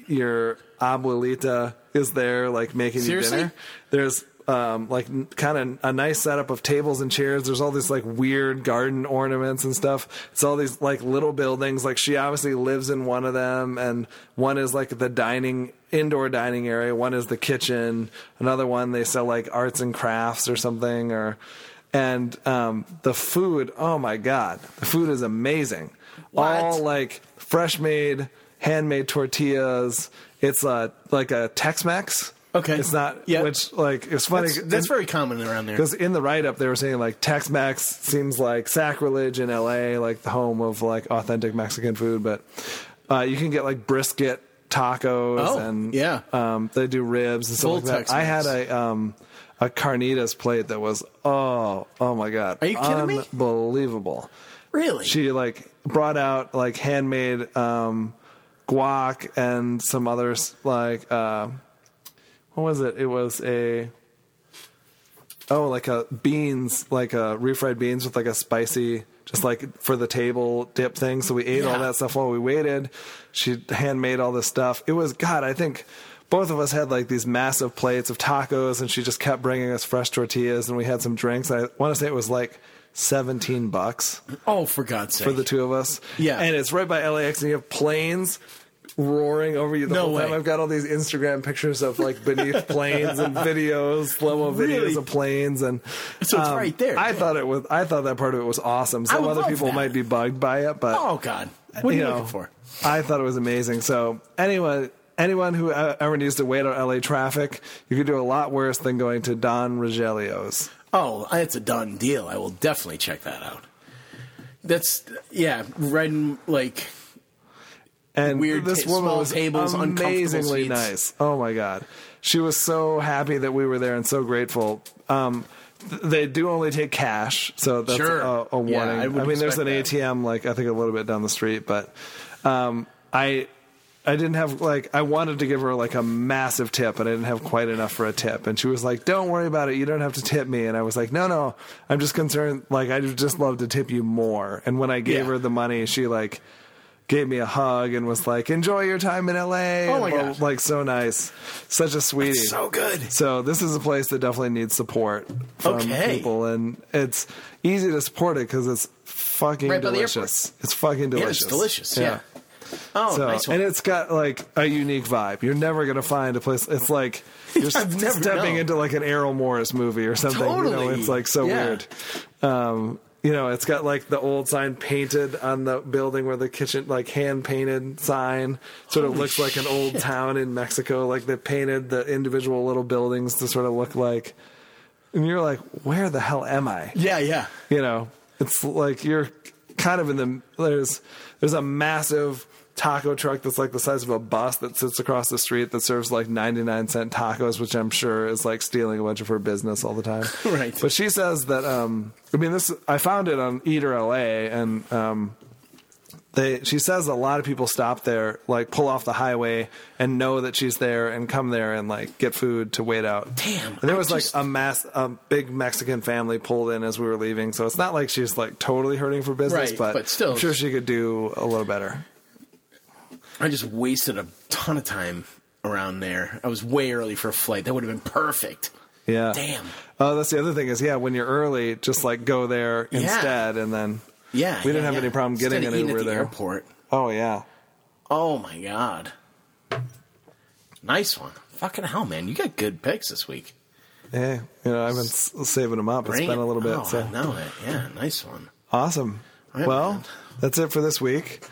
[SPEAKER 1] your abuelita is there, like making
[SPEAKER 2] Seriously?
[SPEAKER 1] you dinner. There's um, like kind of a nice setup of tables and chairs. There's all these like weird garden ornaments and stuff. It's all these like little buildings. Like she obviously lives in one of them, and one is like the dining indoor dining area. One is the kitchen. Another one they sell like arts and crafts or something. Or and um, the food. Oh my god, the food is amazing. All like fresh made, handmade tortillas. It's uh, like a Tex-Mex.
[SPEAKER 2] Okay.
[SPEAKER 1] it's not.
[SPEAKER 2] Yeah.
[SPEAKER 1] which like it's funny.
[SPEAKER 2] That's, that's very common around there.
[SPEAKER 1] Because in the write up, they were saying like Tex Mex seems like sacrilege in LA, like the home of like authentic Mexican food. But uh, you can get like brisket tacos
[SPEAKER 2] Oh,
[SPEAKER 1] and
[SPEAKER 2] yeah.
[SPEAKER 1] um, they do ribs and stuff
[SPEAKER 2] Full
[SPEAKER 1] like that. I had
[SPEAKER 2] Tex-Mex.
[SPEAKER 1] a um, a carnitas plate that was oh oh my god,
[SPEAKER 2] Are you kidding me?
[SPEAKER 1] Unbelievable.
[SPEAKER 2] Really?
[SPEAKER 1] She like brought out like handmade um, guac and some others like uh, what was it? It was a oh like a beans like a refried beans with like a spicy just like for the table dip thing. So we ate all
[SPEAKER 2] Yeah.
[SPEAKER 1] that stuff while we waited. She handmade all this stuff. It was God. I think. Both of us had like these massive plates of tacos, and she just kept bringing us fresh tortillas, and we had some drinks. I want to say it was like seventeen bucks
[SPEAKER 2] oh, for God's sake.
[SPEAKER 1] for the two of us.
[SPEAKER 2] Yeah.
[SPEAKER 1] And it's right by LAX, and you have planes roaring over you the
[SPEAKER 2] No
[SPEAKER 1] whole time.
[SPEAKER 2] way.
[SPEAKER 1] I've got all these Instagram pictures of like
[SPEAKER 2] *laughs*
[SPEAKER 1] beneath planes and videos, slow mo
[SPEAKER 2] Really?
[SPEAKER 1] videos of planes, and um,
[SPEAKER 2] So it's right there.
[SPEAKER 1] I thought it was. I thought that part of it was awesome.
[SPEAKER 2] I
[SPEAKER 1] Some
[SPEAKER 2] would
[SPEAKER 1] other
[SPEAKER 2] love
[SPEAKER 1] people
[SPEAKER 2] that.
[SPEAKER 1] might be bugged by it, but
[SPEAKER 2] oh, God. What are you,
[SPEAKER 1] know,
[SPEAKER 2] looking for?
[SPEAKER 1] I thought it was amazing. So anyone, anyone who uh, ever needs to wait on LA traffic, you could do a lot worse than going to Don Rogelio's.
[SPEAKER 2] Oh, it's a done deal. I will definitely check that out. That's, yeah, riding like.
[SPEAKER 1] and
[SPEAKER 2] Weird
[SPEAKER 1] this
[SPEAKER 2] ta-
[SPEAKER 1] woman
[SPEAKER 2] small
[SPEAKER 1] was
[SPEAKER 2] tables, uncomfortable
[SPEAKER 1] amazingly
[SPEAKER 2] seats.
[SPEAKER 1] nice. Oh my god, she was so happy that we were there and so grateful. Um, th- they do only take cash, so that's
[SPEAKER 2] Sure.
[SPEAKER 1] a, a warning.
[SPEAKER 2] Yeah, I
[SPEAKER 1] I,
[SPEAKER 2] would
[SPEAKER 1] mean, there's an
[SPEAKER 2] expect that.
[SPEAKER 1] ATM like I think a little bit down the street, but um, I. I didn't have like I wanted to give her like a massive tip, but I didn't have quite enough for a tip. And she was like, "Don't worry about it. You don't have to tip me." And I was like, "No, no. I'm just concerned. Like I'd just love to tip you more." And when I gave
[SPEAKER 2] Yeah.
[SPEAKER 1] her the money, she like gave me a hug and was like, "Enjoy your time in LA."
[SPEAKER 2] Oh my
[SPEAKER 1] And,
[SPEAKER 2] gosh.
[SPEAKER 1] Like so nice, such a sweetie.
[SPEAKER 2] So good.
[SPEAKER 1] So this is a place that definitely needs support from
[SPEAKER 2] Okay.
[SPEAKER 1] people, and it's easy to support it because it's fucking
[SPEAKER 2] Right by the
[SPEAKER 1] delicious. It's fucking
[SPEAKER 2] Yeah,
[SPEAKER 1] delicious.
[SPEAKER 2] it's delicious. Yeah. Oh,
[SPEAKER 1] So,
[SPEAKER 2] nice one.
[SPEAKER 1] and it's got like a unique vibe. You're never gonna find a place. It's
[SPEAKER 2] *laughs*
[SPEAKER 1] like you're
[SPEAKER 2] I've never
[SPEAKER 1] stepping
[SPEAKER 2] known.
[SPEAKER 1] into like an Errol Morris movie or something. You know,
[SPEAKER 2] Totally.
[SPEAKER 1] it's like so
[SPEAKER 2] Yeah.
[SPEAKER 1] weird. Um, you know, it's got like the old sign painted on the building where the kitchen, like hand painted sign, sort of
[SPEAKER 2] Holy
[SPEAKER 1] looks like an old
[SPEAKER 2] shit.
[SPEAKER 1] town in Mexico. Like they painted the individual little buildings to sort of look like. And you're like, where the hell am I?
[SPEAKER 2] yeah, yeah.
[SPEAKER 1] you know it's like you're kind of in the there's there's a massive taco truck that's like the size of a bus that sits across the street that serves like 99 cent tacos which i'm sure is like stealing a bunch of her business all the time
[SPEAKER 2] Right.
[SPEAKER 1] but she says that um i mean this i found it on eater la and um they she says a lot of people stop there like pull off the highway and know that she's there and come there and like get food to wait out
[SPEAKER 2] Damn,
[SPEAKER 1] and there
[SPEAKER 2] I
[SPEAKER 1] was
[SPEAKER 2] just-
[SPEAKER 1] like a mass a big mexican family pulled in as we were leaving so it's not like she's like totally hurting for business
[SPEAKER 2] Right,
[SPEAKER 1] but,
[SPEAKER 2] but still.
[SPEAKER 1] i'm sure she could do a little better
[SPEAKER 2] I just wasted a ton of time around there. I was way early for a flight. That would have been perfect.
[SPEAKER 1] yeah
[SPEAKER 2] Damn.
[SPEAKER 1] oh that's the other thing is yeah when you're early just like go there
[SPEAKER 2] Yeah.
[SPEAKER 1] instead and then
[SPEAKER 2] Yeah,
[SPEAKER 1] we didn't
[SPEAKER 2] yeah,
[SPEAKER 1] have
[SPEAKER 2] yeah.
[SPEAKER 1] any problem
[SPEAKER 2] Instead
[SPEAKER 1] getting
[SPEAKER 2] of
[SPEAKER 1] an
[SPEAKER 2] eating
[SPEAKER 1] uber
[SPEAKER 2] at the
[SPEAKER 1] there
[SPEAKER 2] airport.
[SPEAKER 1] oh yeah
[SPEAKER 2] Oh my god, nice one. Fucking hell, man! You got good picks this week.
[SPEAKER 1] yeah you know i've been s- saving them up
[SPEAKER 2] Bring
[SPEAKER 1] it's been
[SPEAKER 2] it.
[SPEAKER 1] a little bit
[SPEAKER 2] Oh,
[SPEAKER 1] so
[SPEAKER 2] I know it. Yeah, nice one.
[SPEAKER 1] Awesome.
[SPEAKER 2] All right,
[SPEAKER 1] well,
[SPEAKER 2] man.
[SPEAKER 1] that's it for this week.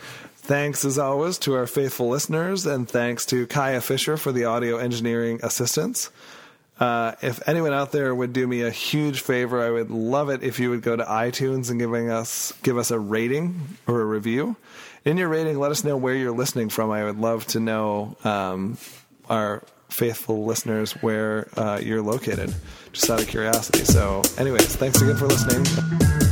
[SPEAKER 1] Thanks as always to our faithful listeners, and thanks to Kaya Fisher for the audio engineering assistance. Uh, if anyone out there would do me a huge favor, I would love it if you would go to iTunes and giving us give us a rating or a review. In your rating, let us know where you're listening from. I would love to know um, our faithful listeners where uh, you're located, just out of curiosity. So, anyways, thanks again for listening.